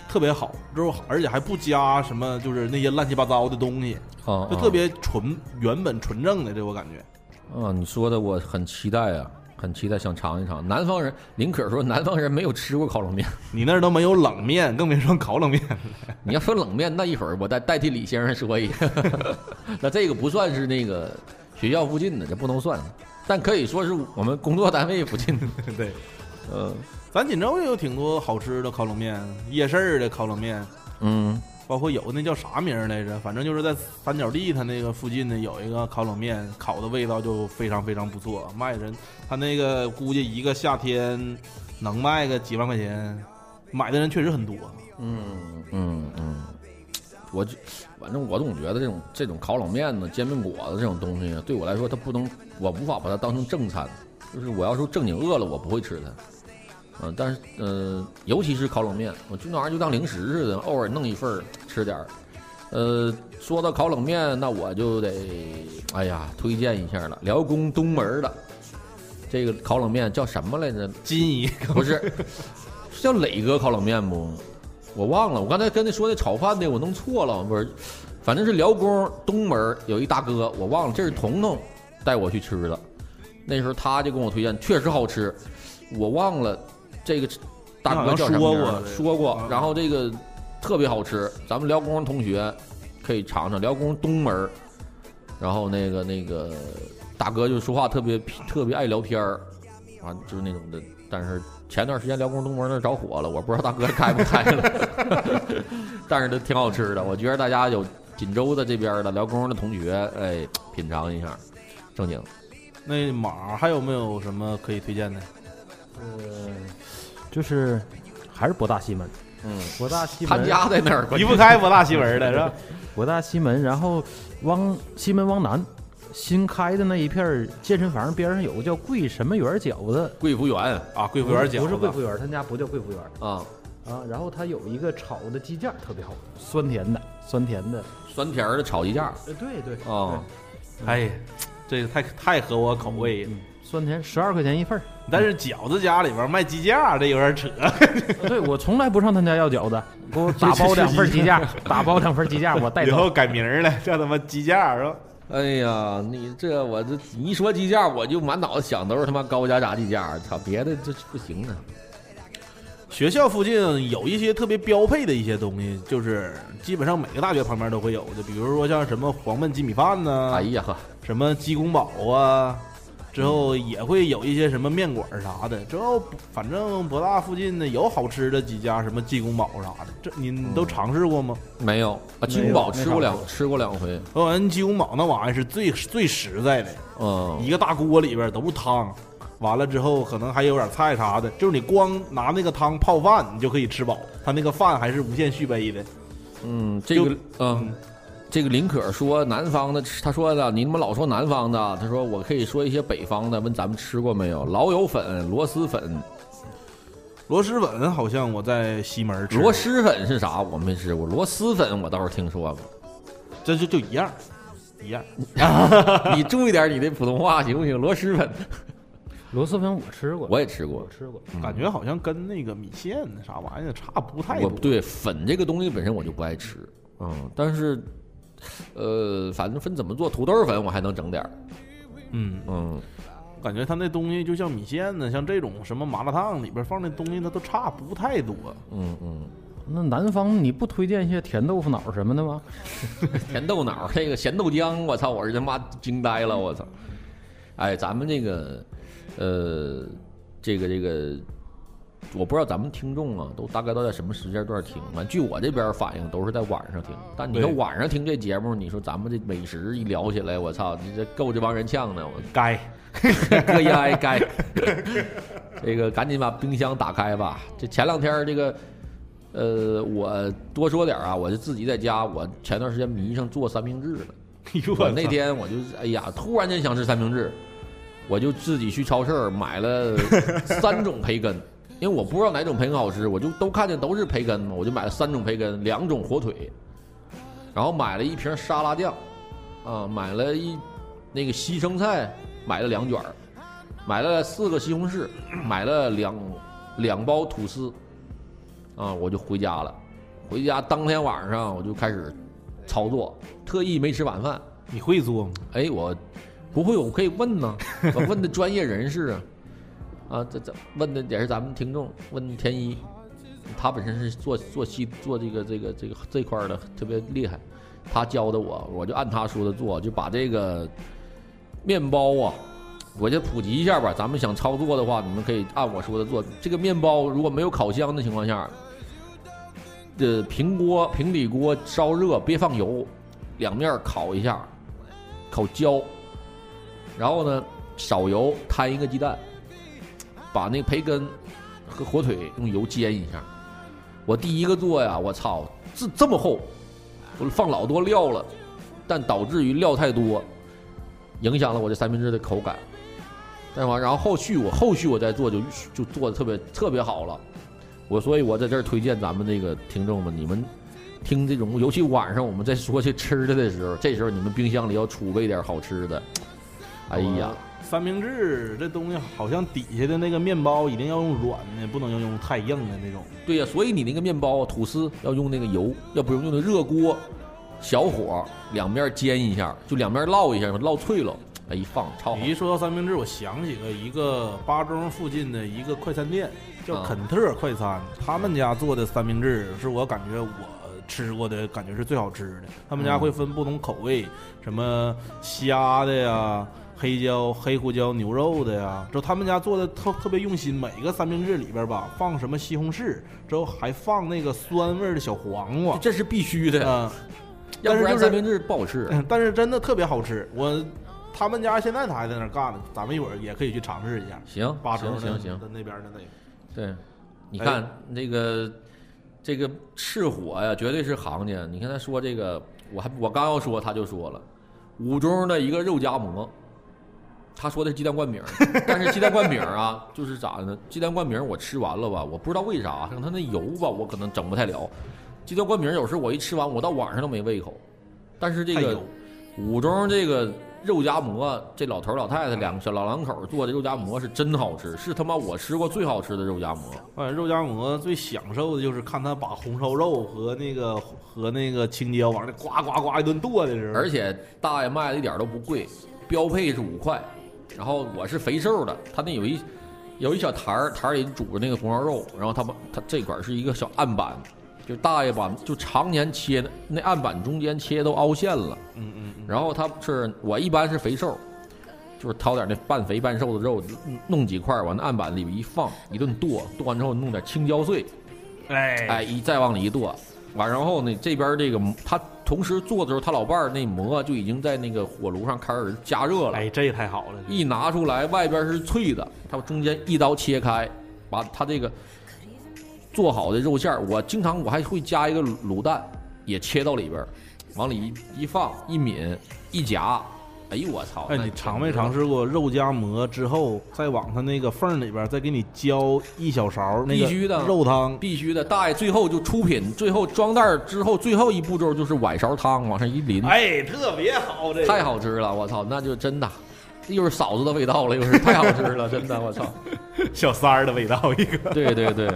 Speaker 2: 特别好，之后而且还不加什么就是那些乱七八糟的东西，
Speaker 1: 啊，
Speaker 2: 就特别纯原本纯正的这我感觉。
Speaker 1: 啊，你说的我很期待啊，很期待想尝一尝。南方人林可说，南方人没有吃过烤冷面。 [laughs]
Speaker 2: 你那儿都没有冷面，更别说烤冷面了。
Speaker 1: 你要说冷面，那一会儿我再代替李先生说一下。那这个不 [laughs] 算是那个学校附近的，这不能算，但可以说是我们工作单位附近的。
Speaker 2: 对，
Speaker 1: 嗯
Speaker 2: 咱锦州也有挺多好吃的烤冷面，夜市的烤冷面，
Speaker 1: 嗯，
Speaker 2: 包括有那叫啥名儿来着，反正就是在三角地它那个附近呢有一个烤冷面，烤的味道就非常非常不错，卖人他那个估计一个夏天能卖个几万块钱，买的人确实很多。
Speaker 1: 嗯，嗯，我就反正我总觉得这种这种烤冷面呢、煎饼果子这种东西，对我来说，它不能，我无法把它当成正餐。就是我要是正经饿了，我不会吃它。嗯、但是呃，尤其是烤冷面，我就那玩意儿就当零食似的，偶尔弄一份儿吃点儿。呃，说到烤冷面，那我就得哎呀推荐一下了，辽工东门儿的这个烤冷面叫什么来着？
Speaker 2: 金姨，
Speaker 1: [laughs] 不是，是叫磊哥烤冷面不？我忘了，我刚才跟他说那炒饭的，我弄错了，不是，反正是辽工东门儿有一大哥，我忘了，这是彤彤带我去吃的，那时候他就跟我推荐，确实好吃，我忘了这个大哥叫什么名儿了
Speaker 2: 你好像
Speaker 1: 说
Speaker 2: 说过
Speaker 1: 过
Speaker 2: 嗯，
Speaker 1: 然后这个特别好吃，咱们辽工同学可以尝尝辽工东门儿，然后那个那个大哥就说话特别特别爱聊天儿，啊，就是那种的，但是前段时间辽工东门那儿着火了，我不知道大哥开不开了， [laughs] 但是它挺好吃的。我觉得大家有锦州的这边的辽工的同学，哎，品尝一下，正经。
Speaker 2: 那马儿还有没有什么可以推荐的？
Speaker 3: 呃就是还是博大西门，
Speaker 1: 嗯，
Speaker 3: 博大西
Speaker 1: 他
Speaker 3: 门，
Speaker 1: 家在那儿，关
Speaker 2: 离
Speaker 1: 键
Speaker 2: 不开博大西门的是吧？
Speaker 3: 博大西门，然后汪西门汪南新开的那一片儿健身房边上有个叫贵什么园儿饺子，
Speaker 1: 贵福园
Speaker 2: 啊，贵妇园
Speaker 3: 不是
Speaker 2: 饺
Speaker 3: 贵
Speaker 2: 子，
Speaker 3: [laughs] 福园儿，他家不叫贵福园儿
Speaker 1: 啊，
Speaker 3: 啊。然后他有一个炒的鸡架特别好，酸甜的，酸甜的，
Speaker 1: 酸甜儿的炒鸡架
Speaker 3: 呃，对对，
Speaker 1: 啊，
Speaker 2: 哎，这个太太合我口味了。
Speaker 3: 酸甜十二块钱一份儿。
Speaker 2: 但是饺子家里边卖鸡架，这有点扯。
Speaker 3: 呃 [laughs] 对我从来不上他家要饺子，给我打包两份鸡架， [laughs] 打包两份鸡架，我带
Speaker 2: 以
Speaker 3: 走。
Speaker 2: 后改名儿了，叫他妈鸡架是吧？
Speaker 1: 哎呀，你这我这你一说鸡架，我就满脑子想都是他妈高家炸鸡架，操，别的这不行啊。
Speaker 2: 学校附近有一些特别标配的一些东西，就是基本上每个大学旁边都会有的，比如说像什么黄焖鸡米饭呢、
Speaker 1: 哎呀呵，
Speaker 2: 什么鸡公煲啊，之后也会有一些什么面馆儿啥的。之后反正博大附近的有好吃的几家，什么鸡公煲啥的，这你你都尝试过吗？
Speaker 1: 没有啊，鸡公煲吃过两吃过两回，
Speaker 2: 我感觉鸡公煲那玩意儿是最最实在的，
Speaker 1: 嗯
Speaker 2: 一个大锅里边都是汤，完了之后可能还有点菜啥的，就是你光拿那个汤泡饭，你就可以吃饱。它那个饭还是无限续杯的。
Speaker 1: 嗯，这个
Speaker 2: 就
Speaker 1: 嗯。这个林可说南方的吃，他说的你他妈老说南方的，他说我可以说一些北方的，问咱们吃过没有？老友粉、螺蛳粉，
Speaker 2: 螺蛳粉好像我在西门吃，
Speaker 1: 螺蛳粉是啥？我没吃过，螺蛳粉我倒是听说 [laughs] 过。
Speaker 2: 这就就一样，一样。
Speaker 1: 你注意点你的普通话行不行？螺蛳粉
Speaker 3: 螺蛳粉我吃过，
Speaker 1: 我也吃过
Speaker 3: 我，吃过。
Speaker 2: 感觉好像跟那个米线啥玩意儿差不太
Speaker 1: 我
Speaker 2: 多。
Speaker 1: 对粉这个东西本身我就不爱吃，嗯，但是，呃，反正分怎么做，土豆粉我还能整点儿，
Speaker 2: 嗯，
Speaker 1: 嗯，
Speaker 2: 感觉它那东西就像米线呢，像这种什么麻辣烫里边放的东西，它都差不太多。
Speaker 3: 那南方你不推荐一些甜豆腐脑什么的吗？
Speaker 1: 甜豆脑儿这个咸豆浆，我操，我是他妈惊呆了，我操！哎，咱们这个，呃，这个这个，我不知道咱们听众啊，都大概都在什么时间段听。完，据我这边反映，都是在晚上听。但你说
Speaker 2: 对
Speaker 1: 晚上听这节目，你说咱们这美食一聊起来，我操，你这够这帮人呛的，我
Speaker 2: 该
Speaker 1: 哥一挨该。这个赶紧把冰箱打开吧。这前两天儿这个，呃，我多说点儿啊，我就自己在家，我前段时间迷上做三明治了。
Speaker 2: [laughs] 哟，
Speaker 1: 我那天我就哎呀，突然间想吃三明治，我就自己去超市儿买了三种培根，因为我不知道哪种培根好吃，我就都看见都是培根嘛，我就买了三种培根，两种火腿，然后买了一瓶沙拉酱，啊，买了一那个西生菜，买了两卷儿，买了四个西红柿，买了两两包吐司，啊，我就回家了。回家当天晚上我就开始操作，特意没吃晚饭，
Speaker 2: 你会做吗？
Speaker 1: 哎，我不会，我可以问呢、 [laughs] 我问的专业人士啊，啊，这这问的也是咱们听众，问天一，他本身是做做西做这个这个这个这块儿的特别厉害，他教的我，我就按他说的做，就把这个面包啊。我就普及一下吧，咱们想操作的话，你们可以按我说的做。这个面包如果没有烤箱的情况下，呃，平锅、平底锅烧热，别放油，两面儿烤一下，烤焦，然后呢少油摊一个鸡蛋，把那个培根和火腿用油煎一下。我第一个做呀，我操，这这么厚，我放老多料了，但导致于料太多，影响了我这三明治的口感。但完，然后后续我后续我再做就就做的特别特别好了，我所以我在这儿推荐咱们这个听众们，你们听这种，尤其晚上我们在说去吃的的时候，这时候你们冰箱里要储备点好吃的。哎
Speaker 2: 啊
Speaker 1: 呀，，
Speaker 2: 三明治这东西好像底下的那个面包一定要用软的，不能要用太硬的那种。
Speaker 1: 对呀、所以你那个面包吐司要用那个油，要不用用那热锅，小火两面煎一下，就两面烙一下，烙脆了，哎，一放超好
Speaker 2: 你。一说到三明治，我想起了一个巴中附近的一个快餐店，叫
Speaker 1: 啊
Speaker 2: 肯特快餐。他们家做的三明治是我感觉我吃过的感觉是最好吃的。他们家会分不同口味，什么虾的呀、黑椒、黑胡椒牛肉的呀，之后他们家做的特特别用心，每一个三明治里边吧放什么西红柿，之后还放那个酸味儿的小黄瓜，
Speaker 1: 这是必须的，
Speaker 2: 嗯、
Speaker 1: 要不
Speaker 2: 但是就
Speaker 1: 然
Speaker 2: 是嗯
Speaker 1: 三明治不好吃。
Speaker 2: [laughs] 但是真的特别好吃。我他们家现在他还在那儿干呢，咱们一会儿也可以去尝试一下。
Speaker 1: 行，
Speaker 2: 八城
Speaker 1: 行行
Speaker 2: 的
Speaker 1: 行，
Speaker 2: 的那边的那个，
Speaker 1: 对，你看那个这个赤火呀，绝对是行家。你看他说这个，我还我刚要说，他就说了，五中的一个肉夹馍，他说的是鸡蛋灌饼儿，但是鸡蛋灌饼儿啊，就是咋的呢？鸡蛋灌饼儿我吃完了吧，我不知道为啥，可能它那油吧，我可能整不太了。鸡蛋灌饼儿有时候我一吃完，我到晚上都没胃口。但是这
Speaker 2: 太
Speaker 1: 个
Speaker 2: 油
Speaker 1: 五中这个肉夹馍，这老头儿老太太两小老两口儿做的肉夹馍是真好吃，是他妈我吃过最好吃的肉夹馍。
Speaker 2: 哎，肉夹馍最享受的就是看他把红烧肉和那个和那个青椒往那呱呱呱一顿剁的时候，
Speaker 1: 而且大爷卖的一点都不贵，标配是五块。然后我是肥瘦的，他那有一有一小坛儿，坛儿里煮着那个红烧肉，然后他把他这块儿是一个小案板，就大爷把就常年切的那案板中间切都凹陷了。
Speaker 2: 嗯嗯嗯，
Speaker 1: 然后他是我一般是肥瘦，就是挑点那半肥半瘦的肉，弄弄几块儿往那案板里一放，一顿剁，剁完之后弄点青椒碎，
Speaker 2: 哎
Speaker 1: 哎，一再往里一剁，完然后呢，这边这个他同时做的时候，他老伴儿那馍就已经在那个火炉上开始加热了，
Speaker 2: 哎，这也太好了，
Speaker 1: 一拿出来外边是脆的，他中间一刀切开，把他这个做好的肉馅儿，我经常我还会加一个卤蛋，也切到里边儿，往里一一放一抿一夹，哎呦我操！
Speaker 2: 哎，
Speaker 1: 那
Speaker 2: 你
Speaker 1: 简
Speaker 2: 尝
Speaker 1: 直
Speaker 2: 没尝
Speaker 1: 了？
Speaker 2: 试过肉夹馍之后，再往它那个缝儿里边儿再给你浇一小勺那
Speaker 1: 必
Speaker 2: 个
Speaker 1: 须的
Speaker 2: 肉汤？
Speaker 1: 必须的，大爷最后就出品，最后装袋儿之后，最后一步骤就是崴勺汤往上一淋，
Speaker 2: 哎，特别好，这个
Speaker 1: 太好吃了！我操，那就真的，这又是嫂子的味道了，又是太好吃了，真的，我操！
Speaker 2: [laughs] 小三儿的味道一个。
Speaker 1: 对对对，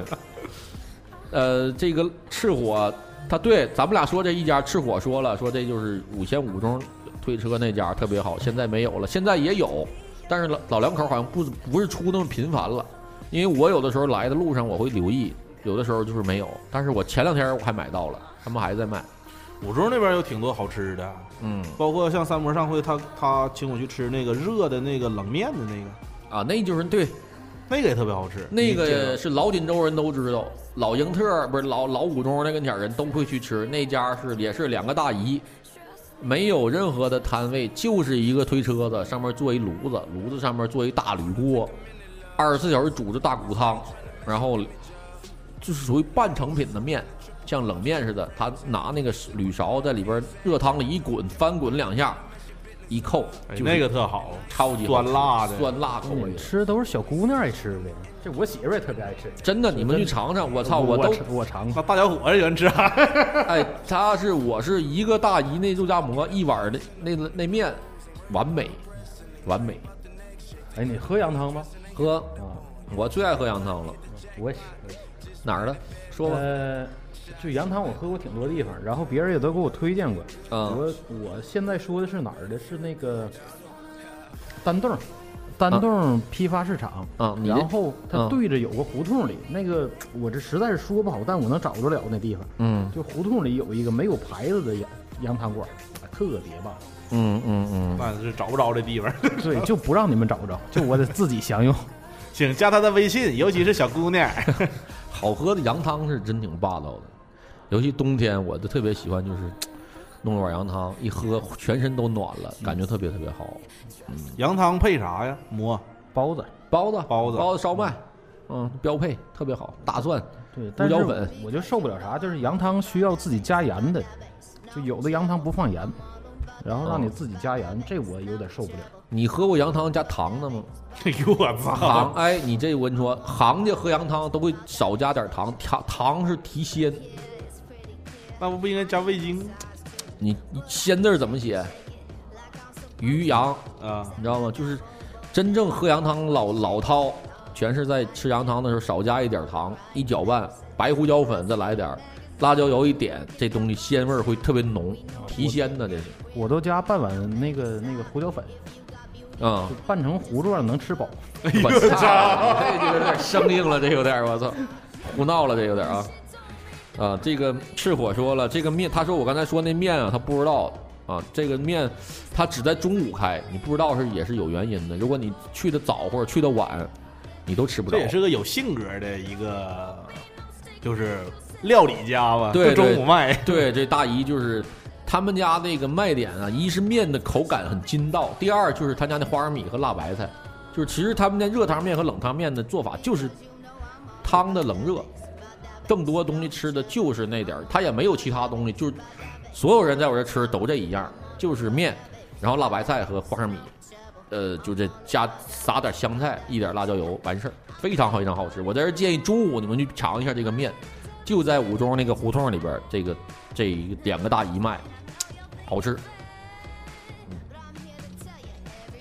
Speaker 1: 呃，这个赤火，他对咱们俩说这一家，赤火说了，说这就是五仙五中推车那家特别好，现在没有了，现在也有，但是老老两口好像不不是出那么频繁了，因为我有的时候来的路上我会留意，有的时候就是没有，但是我前两天我还买到了，他们还在卖，
Speaker 2: 五洲那边有挺多好吃的，
Speaker 1: 嗯
Speaker 2: 包括像三伯上回他他请我去吃那个热的那个冷面的那个，
Speaker 1: 啊，那就是对
Speaker 2: 那个也特别好吃。
Speaker 1: 那
Speaker 2: 你介
Speaker 1: 个
Speaker 2: 绍
Speaker 1: 是老锦州人都知道，老英特不是老老五中那跟前儿人都会去吃那家是也是两个大姨，没有任何的摊位，就是一个推车子，上面坐一炉子，炉子上面坐一大铝锅，二十四小时煮着大骨汤，然后就是属于半成品的面，像冷面似的，他拿那个铝勺在里边热汤里一滚，翻滚两下，一扣，
Speaker 2: 哎
Speaker 1: 就是
Speaker 2: 那个特好，
Speaker 1: 超级好
Speaker 2: 酸
Speaker 1: 吃
Speaker 2: 辣的，
Speaker 1: 酸辣口
Speaker 3: 你
Speaker 1: 味
Speaker 3: 们。吃都是小姑娘爱吃的，这我媳妇儿也特别爱吃。
Speaker 1: 真的，你们去尝尝！我操，
Speaker 3: 哦我
Speaker 1: 都
Speaker 3: 尝我尝过，
Speaker 2: 那大小伙子喜欢吃 [laughs] 啥？
Speaker 1: 哎，他是我是一个大姨那肉夹馍，一碗的那那那面，完美，完美。
Speaker 3: 哎，你喝羊汤吧？
Speaker 1: 喝，
Speaker 3: 啊，
Speaker 1: 我最爱喝羊汤了，
Speaker 3: 我也是。我也是
Speaker 1: 哪儿的？说吧。
Speaker 3: 呃，就羊汤我喝过挺多地方，然后别人也都给我推荐过。
Speaker 1: 嗯
Speaker 3: 我我现在说的是哪儿的？是那个丹洞，丹洞批发市场。
Speaker 1: 啊你这
Speaker 3: 然后它
Speaker 1: 嗯
Speaker 3: 对着有个胡同里，那个我这实在是说不好，但我能找着了那地方。
Speaker 1: 嗯
Speaker 3: 就胡同里有一个没有牌子的羊羊汤馆，哎特别
Speaker 1: [laughs]
Speaker 3: 棒。
Speaker 1: 嗯嗯嗯，
Speaker 2: 那是找不着这地方。 [laughs]
Speaker 3: 对，就不让你们找着，就我得自己享用。
Speaker 2: 请加他的微信，尤其是小姑娘。 [laughs]
Speaker 1: 好喝的羊汤是真挺霸道的，尤其冬天，我就特别喜欢，就是弄一碗羊汤，一喝全身都暖了，感觉特别特别好。
Speaker 2: 羊汤配啥呀？馍。
Speaker 3: 包子，
Speaker 1: 包子，
Speaker 2: 包子
Speaker 1: 包子烧麦，嗯，标配特别好，大蒜，
Speaker 3: 对，
Speaker 1: 胡
Speaker 3: 但
Speaker 1: 椒
Speaker 3: 是
Speaker 1: 粉
Speaker 3: 我就受不了啥，就是羊汤需要自己加盐的，就有的羊汤不放盐，然后让
Speaker 2: 哦
Speaker 3: 你自己加盐，这我有点受不了。
Speaker 1: 你喝过羊汤加糖的吗？
Speaker 2: [laughs] 哎呦我
Speaker 1: 糖，
Speaker 2: 操！
Speaker 1: 哎，你这我跟你说，行家喝羊汤都会少加点糖，糖糖是提鲜。
Speaker 2: 那不不应该加味精
Speaker 1: 你你鲜字儿怎么写？鱼羊，
Speaker 2: 啊？
Speaker 1: 你知道吗？就是真正喝羊汤老老饕，全是在吃羊汤的时候少加一点糖，一搅拌，白胡椒粉再来点儿，辣椒油一点，这东西鲜味儿会特别浓，提鲜的这是。
Speaker 3: 我都加半碗那个那个胡椒粉，
Speaker 1: 啊、
Speaker 3: 就拌成糊状能吃饱。
Speaker 1: 嗯，我操，这就有点生硬了，这有点儿我操，胡闹了，这有点儿啊。啊，这个赤火说了，这个面，他说我刚才说那面啊，他不知道啊，这个面他只在中午开，你不知道是也是有原因的。如果你去的早或者去的晚，你都吃不着
Speaker 2: 这。也是个有性格的一个，就是料理家吧，
Speaker 1: 对
Speaker 2: 就中午卖，
Speaker 1: 对，这大姨就是他们家那个卖点啊，一是面的口感很筋道，第二就是他家那花生米和辣白菜，就是其实他们家热汤面和冷汤面的做法就是汤的冷热，更多东西吃的就是那点儿，他也没有其他东西，就是所有人在我这吃都这一样，就是面，然后辣白菜和花生米。呃，就这加撒点香菜，一点辣椒油，完事儿，非常好，非常好吃。我在这儿建议中午你们去尝一下这个面，就在五中那个胡同里边儿，这个这两个大姨卖，好吃。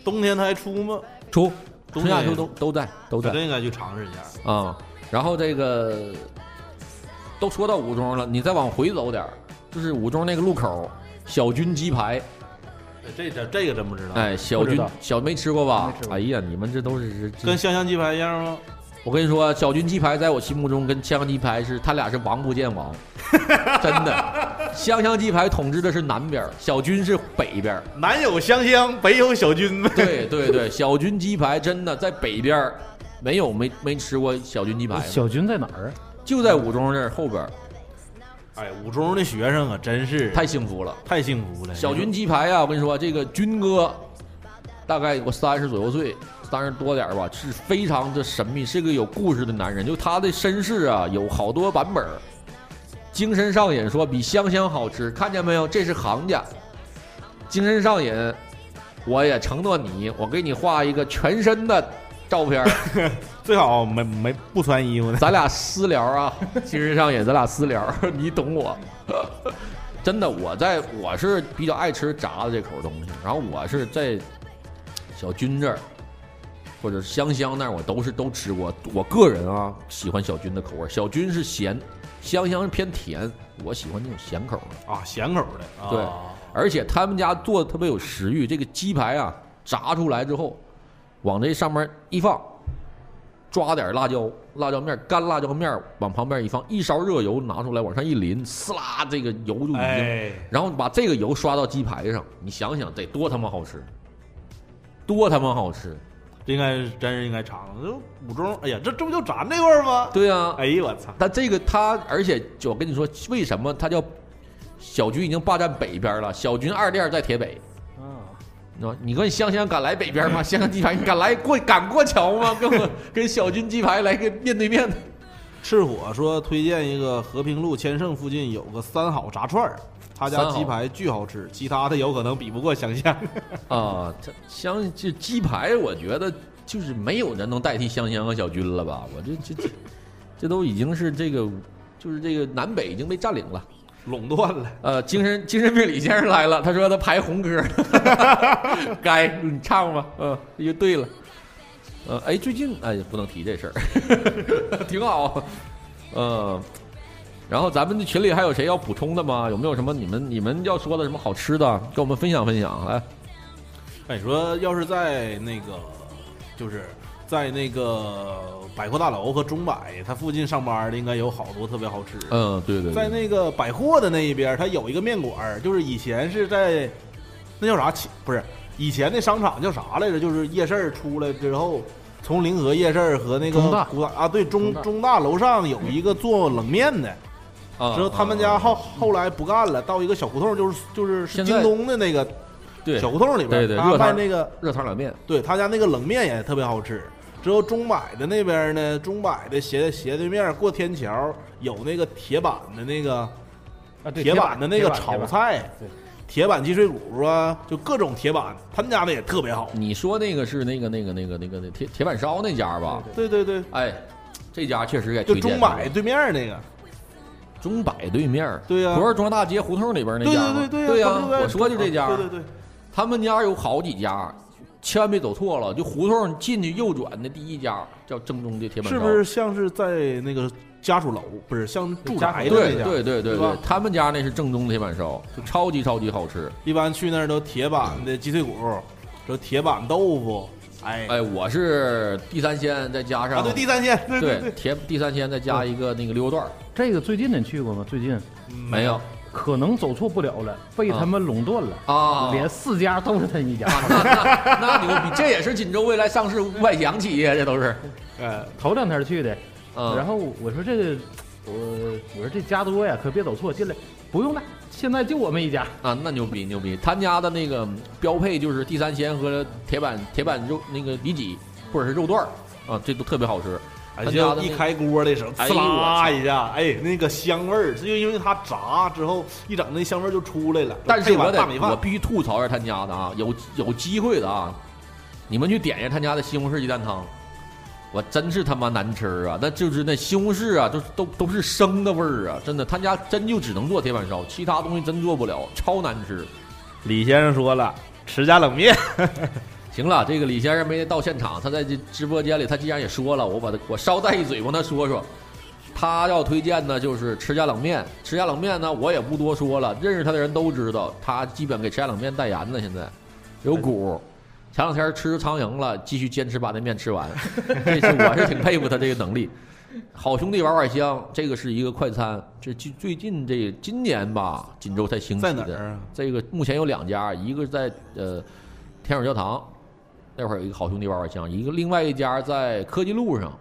Speaker 2: 冬天它还出吗？
Speaker 1: 出
Speaker 2: 冬
Speaker 1: 春夏
Speaker 2: 天
Speaker 1: 秋冬都在都
Speaker 2: 绝
Speaker 1: 在
Speaker 2: 对应该去尝试一下。
Speaker 1: 啊、然后这个都说到五中了，你再往回走点儿，就是五中那个路口小军鸡排，
Speaker 2: 这这这个真不知道，
Speaker 1: 哎，小
Speaker 3: 啊不知
Speaker 1: 军
Speaker 3: 道
Speaker 1: 小没吃过吧
Speaker 3: 没吃？过
Speaker 1: 哎呀，你们这都是这
Speaker 2: 跟香香鸡排一样吗？
Speaker 1: 我跟你说，小军鸡排在我心目中跟香香鸡排是，他俩是王不见王，真的。 [laughs] 香香鸡排统治的是南边儿，小军是北边儿。
Speaker 2: 南有香香，北有小军 [laughs] 呗。
Speaker 1: 对对对，小军鸡排真的在北边儿，没有没没吃过小军鸡排的，
Speaker 3: 小军在哪儿啊？
Speaker 1: 就在五中这儿后边儿，
Speaker 2: 哎，五中的学生可真是
Speaker 1: 太幸福了。
Speaker 2: 太幸福了。
Speaker 1: 小军鸡排啊呀、我跟你说，这个军哥大概我三十左右岁，三十多点儿吧，是非常的神秘，是个有故事的男人。就他的身世啊，有好多版本儿。精神上瘾说比香香好吃，看见没有？这是行家。精神上瘾，我也承诺你，我给你画一个全身的照片儿，
Speaker 2: 最好没没不穿衣服的。
Speaker 1: 咱俩私聊啊，精神上瘾，咱俩私聊， [laughs] 你懂我。真的，我在我是比较爱吃炸的这口东西，然后我是在小军这儿或者香香那儿，我都是都吃过。我个人啊，喜欢小军的口味，小军是咸，香香是偏甜，我喜欢那种咸口的。
Speaker 2: 啊，咸口的。啊、
Speaker 1: 对而且他们家做的特别有食欲，这个鸡排啊炸出来之后，往这上面一放，抓点辣椒，辣椒面儿干辣椒面儿往旁边一放，一勺热油拿出来往上一淋，呲啦，这个油就已经，
Speaker 2: 哎，
Speaker 1: 然后把这个油刷到鸡排上，你想想得多他妈好吃，多他妈好吃！
Speaker 2: 这应该是真是应该尝。这五中，哎呀，这这不就咱这块儿吗？
Speaker 1: 对呀、啊，
Speaker 2: 哎呦我操！
Speaker 1: 但这个他，而且就我跟你说，为什么他叫小军已经霸占北边了？小军二店在铁北。那你问香香敢来北边吗？ [laughs] 香香鸡排，你敢来过敢过桥吗？跟我跟小军鸡排来个面对面的。
Speaker 2: 赤火说推荐一个和平路千盛附近有个三好炸串儿，他家
Speaker 1: 三好
Speaker 2: 鸡排巨好吃，其他的有可能比不过香香。
Speaker 1: 啊，这香这鸡排，我觉得就是没有人能代替香香和小军了吧？我这这这这都已经是这个，就是这个南北已经被占领了。
Speaker 2: 垄断了。
Speaker 1: 呃，精神精神病李先生来了，他说他排红歌，该你唱吧，嗯、也对了，呃，哎，最近哎不能提这事儿， [laughs] 挺好，嗯、然后咱们的群里还有谁要补充的吗？有没有什么你们你们要说的什么好吃的，跟我们分享分享？来，
Speaker 2: 哎，你说要是在那个，就是在那个百货大楼和中百它附近上班的，应该有好多特别好吃的。
Speaker 1: 嗯，对对
Speaker 2: 在
Speaker 1: 对，
Speaker 2: 那个百货的那一边，它有一个面馆儿，就是以前是在那叫啥起？不是，以前那商场叫啥来着？就是夜市儿出来之后，从临河夜市儿和那个
Speaker 3: 中大
Speaker 2: 古大啊，对中
Speaker 3: 中大
Speaker 2: 中大楼上有一个做冷面的，
Speaker 1: 啊
Speaker 2: 之后他们家
Speaker 1: 啊
Speaker 2: 后后来不干了，到一个小胡同，就是就是是
Speaker 1: 现
Speaker 2: 京
Speaker 1: 在
Speaker 2: 东的那个
Speaker 1: 对
Speaker 2: 小胡同里边，
Speaker 1: 对对
Speaker 2: 他
Speaker 1: 热
Speaker 2: 卖
Speaker 1: 汤
Speaker 2: 那个
Speaker 1: 热汤冷面，
Speaker 2: 对他家那个冷面也特别好吃。之后中百的那边呢，中百的斜斜对面过天桥有那个铁板的那个
Speaker 3: 啊，对，
Speaker 2: 铁板的那个炒
Speaker 3: 铁板
Speaker 2: 菜
Speaker 3: 对，
Speaker 2: 铁板鸡碎骨啊，就各种铁板，他们家的也特别好。
Speaker 1: 你说那个是那个那个那个那个那铁铁板烧那家吧？
Speaker 2: 对对对，
Speaker 1: 哎，这家确实也
Speaker 2: 就
Speaker 1: 推荐
Speaker 2: 中百对面那个，
Speaker 1: 中百对面儿，
Speaker 2: 对呀
Speaker 1: 不是中央大街胡同里边那
Speaker 2: 对
Speaker 1: 家
Speaker 2: 对
Speaker 1: 吗？
Speaker 2: 对
Speaker 1: 对
Speaker 2: 呀、
Speaker 1: 呀，我说就这家，
Speaker 2: 对对对，
Speaker 1: 他们家有好几家，千万别走错了。就胡同进去右转的第一家叫正宗的铁板烧，
Speaker 2: 是不是像是在那个家属楼，不是像住宅的
Speaker 1: 对
Speaker 2: 那
Speaker 1: 对
Speaker 2: 家？
Speaker 1: 对对对
Speaker 2: 是吧
Speaker 1: 对，他们家那是正宗的铁板烧，就超级超级好吃。
Speaker 2: 一般去那儿都铁板的鸡腿骨，这铁板豆腐，哎，
Speaker 1: 哎，我是地三鲜，再加上
Speaker 2: 啊，对，地三鲜，对
Speaker 1: 对
Speaker 2: 对，
Speaker 1: 甜地三鲜，再加一个那个溜肉段儿，
Speaker 3: 这个最近你去过吗？最近
Speaker 2: 嗯
Speaker 1: 没有
Speaker 3: 可能走错不了了，被他们垄断了，
Speaker 1: 啊，
Speaker 3: 连四家都是他一
Speaker 2: 啊
Speaker 3: 家。
Speaker 1: 那那 [laughs] 那牛逼，这也是锦州未来上市五百强企业，这都是。
Speaker 2: 呃，
Speaker 3: [laughs] 头两天去的，
Speaker 2: 啊
Speaker 1: 嗯，
Speaker 3: 然后我说这个，我我说这家多呀，可别走错，进来不用了，现在就我们一家。
Speaker 1: 啊，那牛逼牛逼，他家的那个标配就是地三鲜和铁板铁板肉那个里脊或者是肉段儿啊，这都特别好吃。
Speaker 2: 哎
Speaker 1: 他家
Speaker 2: 就
Speaker 1: 的
Speaker 2: 一
Speaker 1: 那
Speaker 2: 开锅的时候，
Speaker 1: 哎
Speaker 2: 呲啦
Speaker 1: 呦
Speaker 2: 一下，哎，那个香味儿，这就因为它炸之后，一整那香味儿就出来了。
Speaker 1: 但是
Speaker 2: 配碗
Speaker 1: 我得
Speaker 2: 大米
Speaker 1: 我
Speaker 2: 饭，
Speaker 1: 必须吐槽一下他家的啊，有有机会的啊，你们去点一下他家的西红柿鸡蛋汤，我真是他妈难吃啊！那就是那西红柿啊，就是都都是生的味儿啊，真的，他家真就只能做铁板烧，其他东西真做不了，超难吃。
Speaker 2: 李先生说了，吃家冷面，
Speaker 1: 行了，这个李先生没到现场，他在这直播间里，他既然也说了，我把他我捎带一嘴帮他说说，他要推荐的就是吃家冷面。吃家冷面呢，我也不多说了，认识他的人都知道，他基本给吃家冷面代言呢。现在有股，前两天吃苍蝇了，继续坚持把那面吃完，这是我是挺佩服他这个能力。好兄弟碗碗香，这个是一个快餐，这最最近这今年吧，锦州才兴起
Speaker 2: 在哪
Speaker 1: 的。
Speaker 2: 儿啊？
Speaker 1: 这个目前有两家，一个在呃天主教堂那会儿有一个好兄弟玩玩香，一个另外一家在科技路上。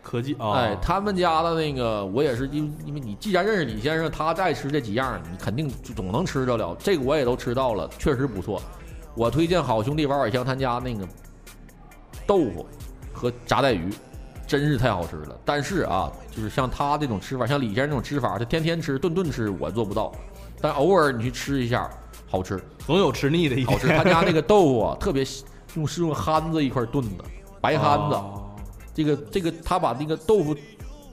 Speaker 2: 科技啊，
Speaker 1: 哎，他们家的那个我也是因因为你既然认识李先生，他再吃这几样，你肯定总能吃着了。这个我也都吃到了，确实不错。我推荐好兄弟玩碗香他家那个豆腐和炸带鱼，真是太好吃了。但是啊，就是像他这种吃法，像李先生这种吃法，他天天吃、顿顿吃，我做不到。但偶尔你去吃一下，好吃。
Speaker 2: 总有吃腻的一
Speaker 1: 好吃。
Speaker 2: 天。
Speaker 1: 他家那个豆腐啊，特别细用是用憨子一块儿炖的，白憨子。
Speaker 2: 哦
Speaker 1: 这个这个，他把那个豆腐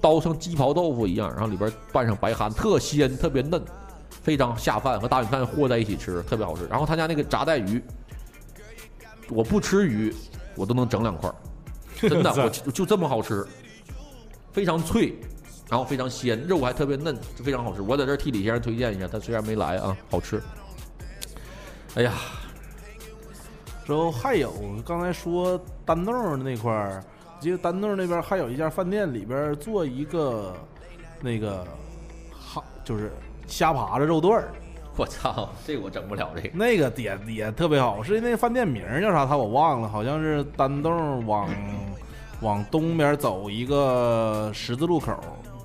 Speaker 1: 刀成鸡刨豆腐一样，然后里边拌上白憨，特鲜，特别嫩，非常下饭，和大米饭和在一起吃，特别好吃。然后他家那个炸带鱼，我不吃鱼，我都能整两块儿，真的，我就就这么好吃，非常脆。然后非常鲜，肉还特别嫩，非常好吃。我在这儿替李先生推荐一下，他虽然没来啊，好吃。哎呀，
Speaker 2: 之后还有刚才说丹洞儿那块儿，我记得丹洞儿那边儿还有一家饭店，里边儿做一个那个哈，就是虾爬子肉段儿，
Speaker 1: [laughs] 我操，这我整不了这个。
Speaker 2: 那个也也特别好。是那饭店名儿叫啥？他我忘了，好像是丹洞儿往往东边走一个十字路口。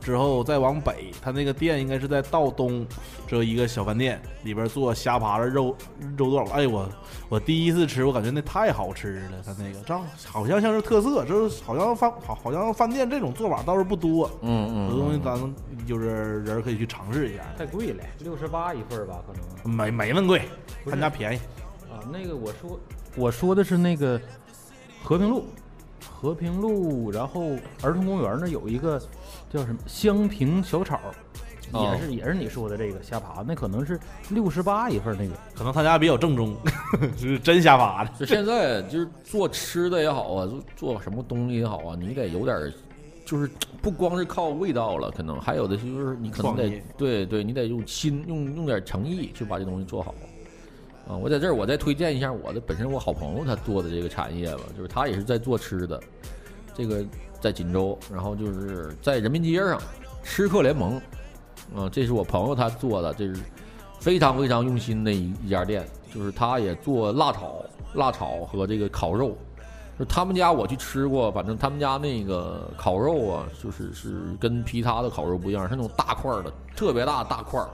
Speaker 2: 之后再往北，他那个店应该是在道东，这一个小饭店里边儿做虾爬子肉肉段儿。哎呦我我第一次吃，我感觉那太好吃了，它那个这好像像是特色，就是好像饭好好像饭店这种做法倒是不多，
Speaker 1: 嗯
Speaker 2: 有的东西咱们就是人儿可以去尝试一下，
Speaker 3: 太贵了，六十八一份儿吧，可能
Speaker 2: 没没那么贵，
Speaker 3: 不
Speaker 2: 他
Speaker 3: 是
Speaker 2: 家便宜。
Speaker 3: 啊。那个我说我说的是那个和平路，和平路，然后儿童公园那有一个叫什么香平小炒，
Speaker 1: 哦
Speaker 3: 也是也是你说的这个虾爬，那可能是六十八一份儿那个。
Speaker 2: 可能他家比较正宗， [laughs] 就是真瞎扒的。
Speaker 1: 就现在就是做吃的也好啊，做做什么东西也好啊，你得有点儿，就是不光是靠味道了，可能还有的就是你可能
Speaker 2: 创
Speaker 1: 得
Speaker 2: 意
Speaker 1: 对对，你得用心用用点诚意去把这东西做好。啊，我在这儿我再推荐一下我的本身我好朋友他做的这个产业吧，就是他也是在做吃的，这个在锦州，然后就是在人民街上吃客联盟，啊，这是我朋友他做的，这是非常非常用心的一一家店，就是他也做辣炒、辣炒和这个烤肉。就他们家我去吃过，反正他们家那个烤肉啊，就是是跟其他的烤肉不一样，是那种大块儿的，特别大大块儿，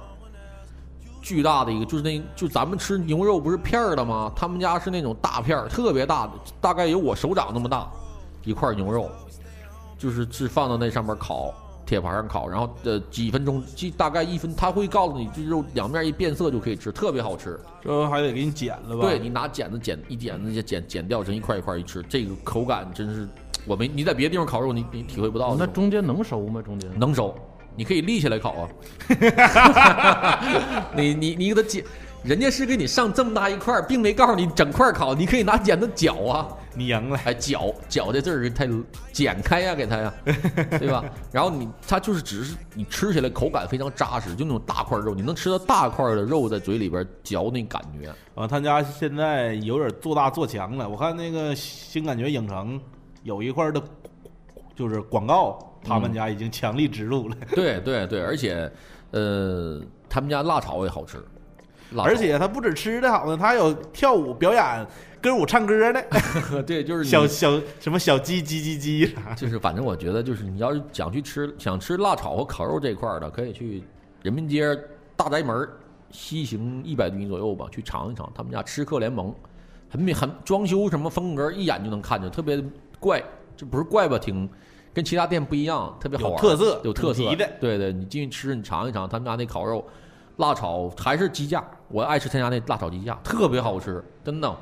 Speaker 1: 巨大的一个，就是那就咱们吃牛肉不是片儿的吗？他们家是那种大片儿，特别大的，大概有我手掌那么大一块牛肉，就是是放到那上面烤，铁盘上烤，然后呃几分钟，几大概一分，他会告诉你这肉两面一变色就可以吃，特别好吃。
Speaker 2: 这不还得给你剪了吧？
Speaker 1: 对，你拿剪子剪一剪子就剪剪掉成一块一块一吃，这个口感真是我没你在别的地方烤肉你你体会不到
Speaker 3: 那
Speaker 1: 这种。
Speaker 3: 中间能收吗？中间
Speaker 1: 能收，你可以立起来烤啊。你你你给它剪，人家是给你上这么大一块儿，并没告诉你整块儿烤，你可以拿剪子绞啊。
Speaker 2: 你赢了，
Speaker 1: 哎，搅搅这字儿太剪开呀，给它
Speaker 2: [laughs]
Speaker 1: 呀，对吧？然后你它就是只是你吃起来口感非常扎实，就那种大块肉，你能吃到大块的肉在嘴里边嚼那感
Speaker 2: [laughs]
Speaker 1: 觉。
Speaker 2: 啊，他家现在有点做大做强了。我看那个新感觉影城有一块的，就是广告，他们家已经强力植入了，
Speaker 1: 对对对，而且呃，他们家辣炒也好吃，辣
Speaker 2: 而且他不止吃的好呢，他还有跳舞表演、歌舞唱歌的，
Speaker 1: 炒对就是你
Speaker 2: 小小什么小鸡鸡鸡鸡啥的。
Speaker 1: 就是反正我觉得就是你要是想去吃想吃辣炒和烤肉这块儿的，可以去人民街大宅门儿西行一百米左右吧，去尝一尝他们家吃客联盟，很美很装修什么风格一眼就能看见，特别怪，这不是怪吧？挺跟其他店不一样，特别好玩，
Speaker 2: 有特色
Speaker 1: 有特色
Speaker 2: 挺急的
Speaker 1: 对对，你进去吃，你尝一尝他们家那烤肉。辣炒还是鸡架，我爱吃他家那辣炒鸡架，特别好吃，真的。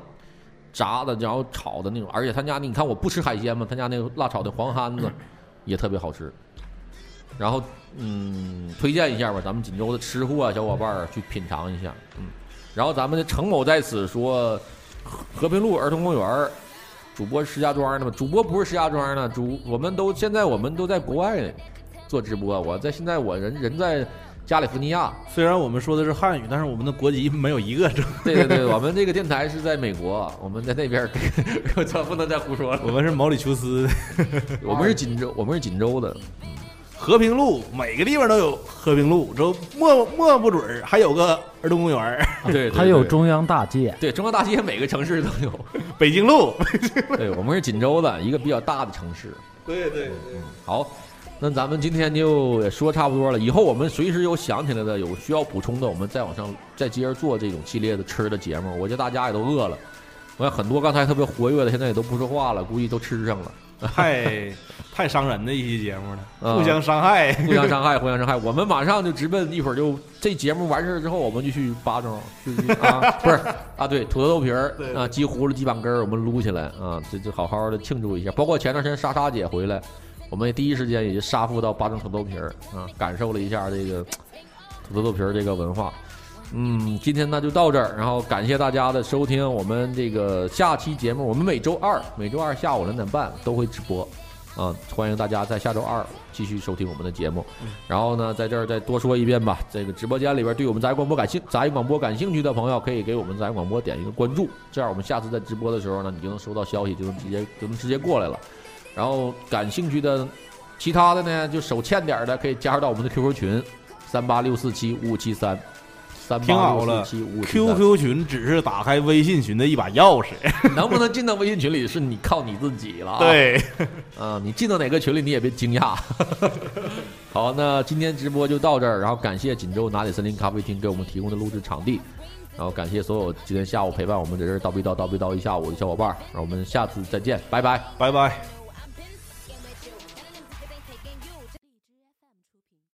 Speaker 1: 炸的，然后炒的那种，而且他家那你看我不吃海鲜嘛，他家那个辣炒的黄蚶子也特别好吃。然后嗯，推荐一下吧，咱们锦州的吃货啊，小伙伴儿去品尝一下。嗯，然后咱们的程某在此说，和平路儿童公园儿主播石家庄的吗？主播不是石家庄的，主我们都现在我们都在国外做直播，我在现在我人人在加利福尼亚。 [laughs]
Speaker 2: 虽然我们说的是汉语，但是我们的国籍没有一个正，。
Speaker 1: 对对对，我们这个电台是在美国，我们在那边儿， [laughs] 我操，不能再胡说了
Speaker 2: [laughs] 我们是毛里求斯的。
Speaker 1: 我们是锦州，我们是锦州的，
Speaker 2: 和平路每个地方都有和平路，之后莫莫不准儿还有个儿童公园儿， [laughs]
Speaker 1: 嗯对，
Speaker 3: 还有中央大街，
Speaker 1: 对中央大街每个城市都
Speaker 3: [laughs]
Speaker 1: 有。
Speaker 2: 北京路。
Speaker 1: 对我们是锦州的一个比较大的城市。
Speaker 2: 对对对，
Speaker 1: 好，那咱们今天就也说差不多了。以后我们随时有想起来的，有需要补充的，我们再往上再接着做这种系列的吃的节目。我觉得大家也都饿了，我看很多刚才特别活跃的，现在也都不说话了，估计都吃
Speaker 3: [laughs]
Speaker 1: 上了。
Speaker 2: [laughs] 太太伤人的一期节目了，
Speaker 1: 嗯
Speaker 2: 互相伤 [laughs] 害。
Speaker 1: 互相伤害，互相伤害。我们马上就直奔，一会儿就这节目完事儿之后，我们就去巴
Speaker 3: [laughs]
Speaker 1: 中，就是啊，不是啊，对，土豆豆皮儿
Speaker 2: 对
Speaker 1: 啊，鸡葫芦、鸡板根儿，我们撸起来啊，这就好好的庆祝一下。包括前段时间莎莎姐回来，我们也第一时间也就杀赴到巴中土豆皮儿啊，感受了一下这个土豆豆皮儿这个文化。嗯，今天那就到这儿，然后感谢大家的收听。我们这个下期节目，我们每周二每周二下午两点半都会直播，啊，欢迎大家在下周二继续收听我们的节目。然后呢，在这儿再多说一遍吧，这个直播间里边对我们杂音广播感兴杂音广播感兴趣的朋友，可以给我们杂音广播点一个关注，这样我们下次在直播的时候呢，你就能收到消息，就能直接就能直接过来了。然后感兴趣的其他的呢，就手欠点儿的可以加入到我们的 QQ 群三八六四七五五七三。三
Speaker 2: 听
Speaker 1: 八
Speaker 2: 好
Speaker 1: 六
Speaker 2: 了
Speaker 1: 四七五五七三。
Speaker 2: QQ 群只是打开微信群的一把钥匙，
Speaker 1: 能不能进到微信群里是你靠你自己了啊。
Speaker 2: 对，
Speaker 1: 啊，你进到哪个群里你也别惊讶。 [laughs] 好，那今天直播就到这儿，然后感谢锦州拿铁森林咖啡厅给我们提供的录制场地，然后感谢所有今天下午陪伴我们在这儿叨逼叨叨逼叨一下午的小伙伴儿，让我们下次再见，拜拜。
Speaker 2: [laughs] 拜拜。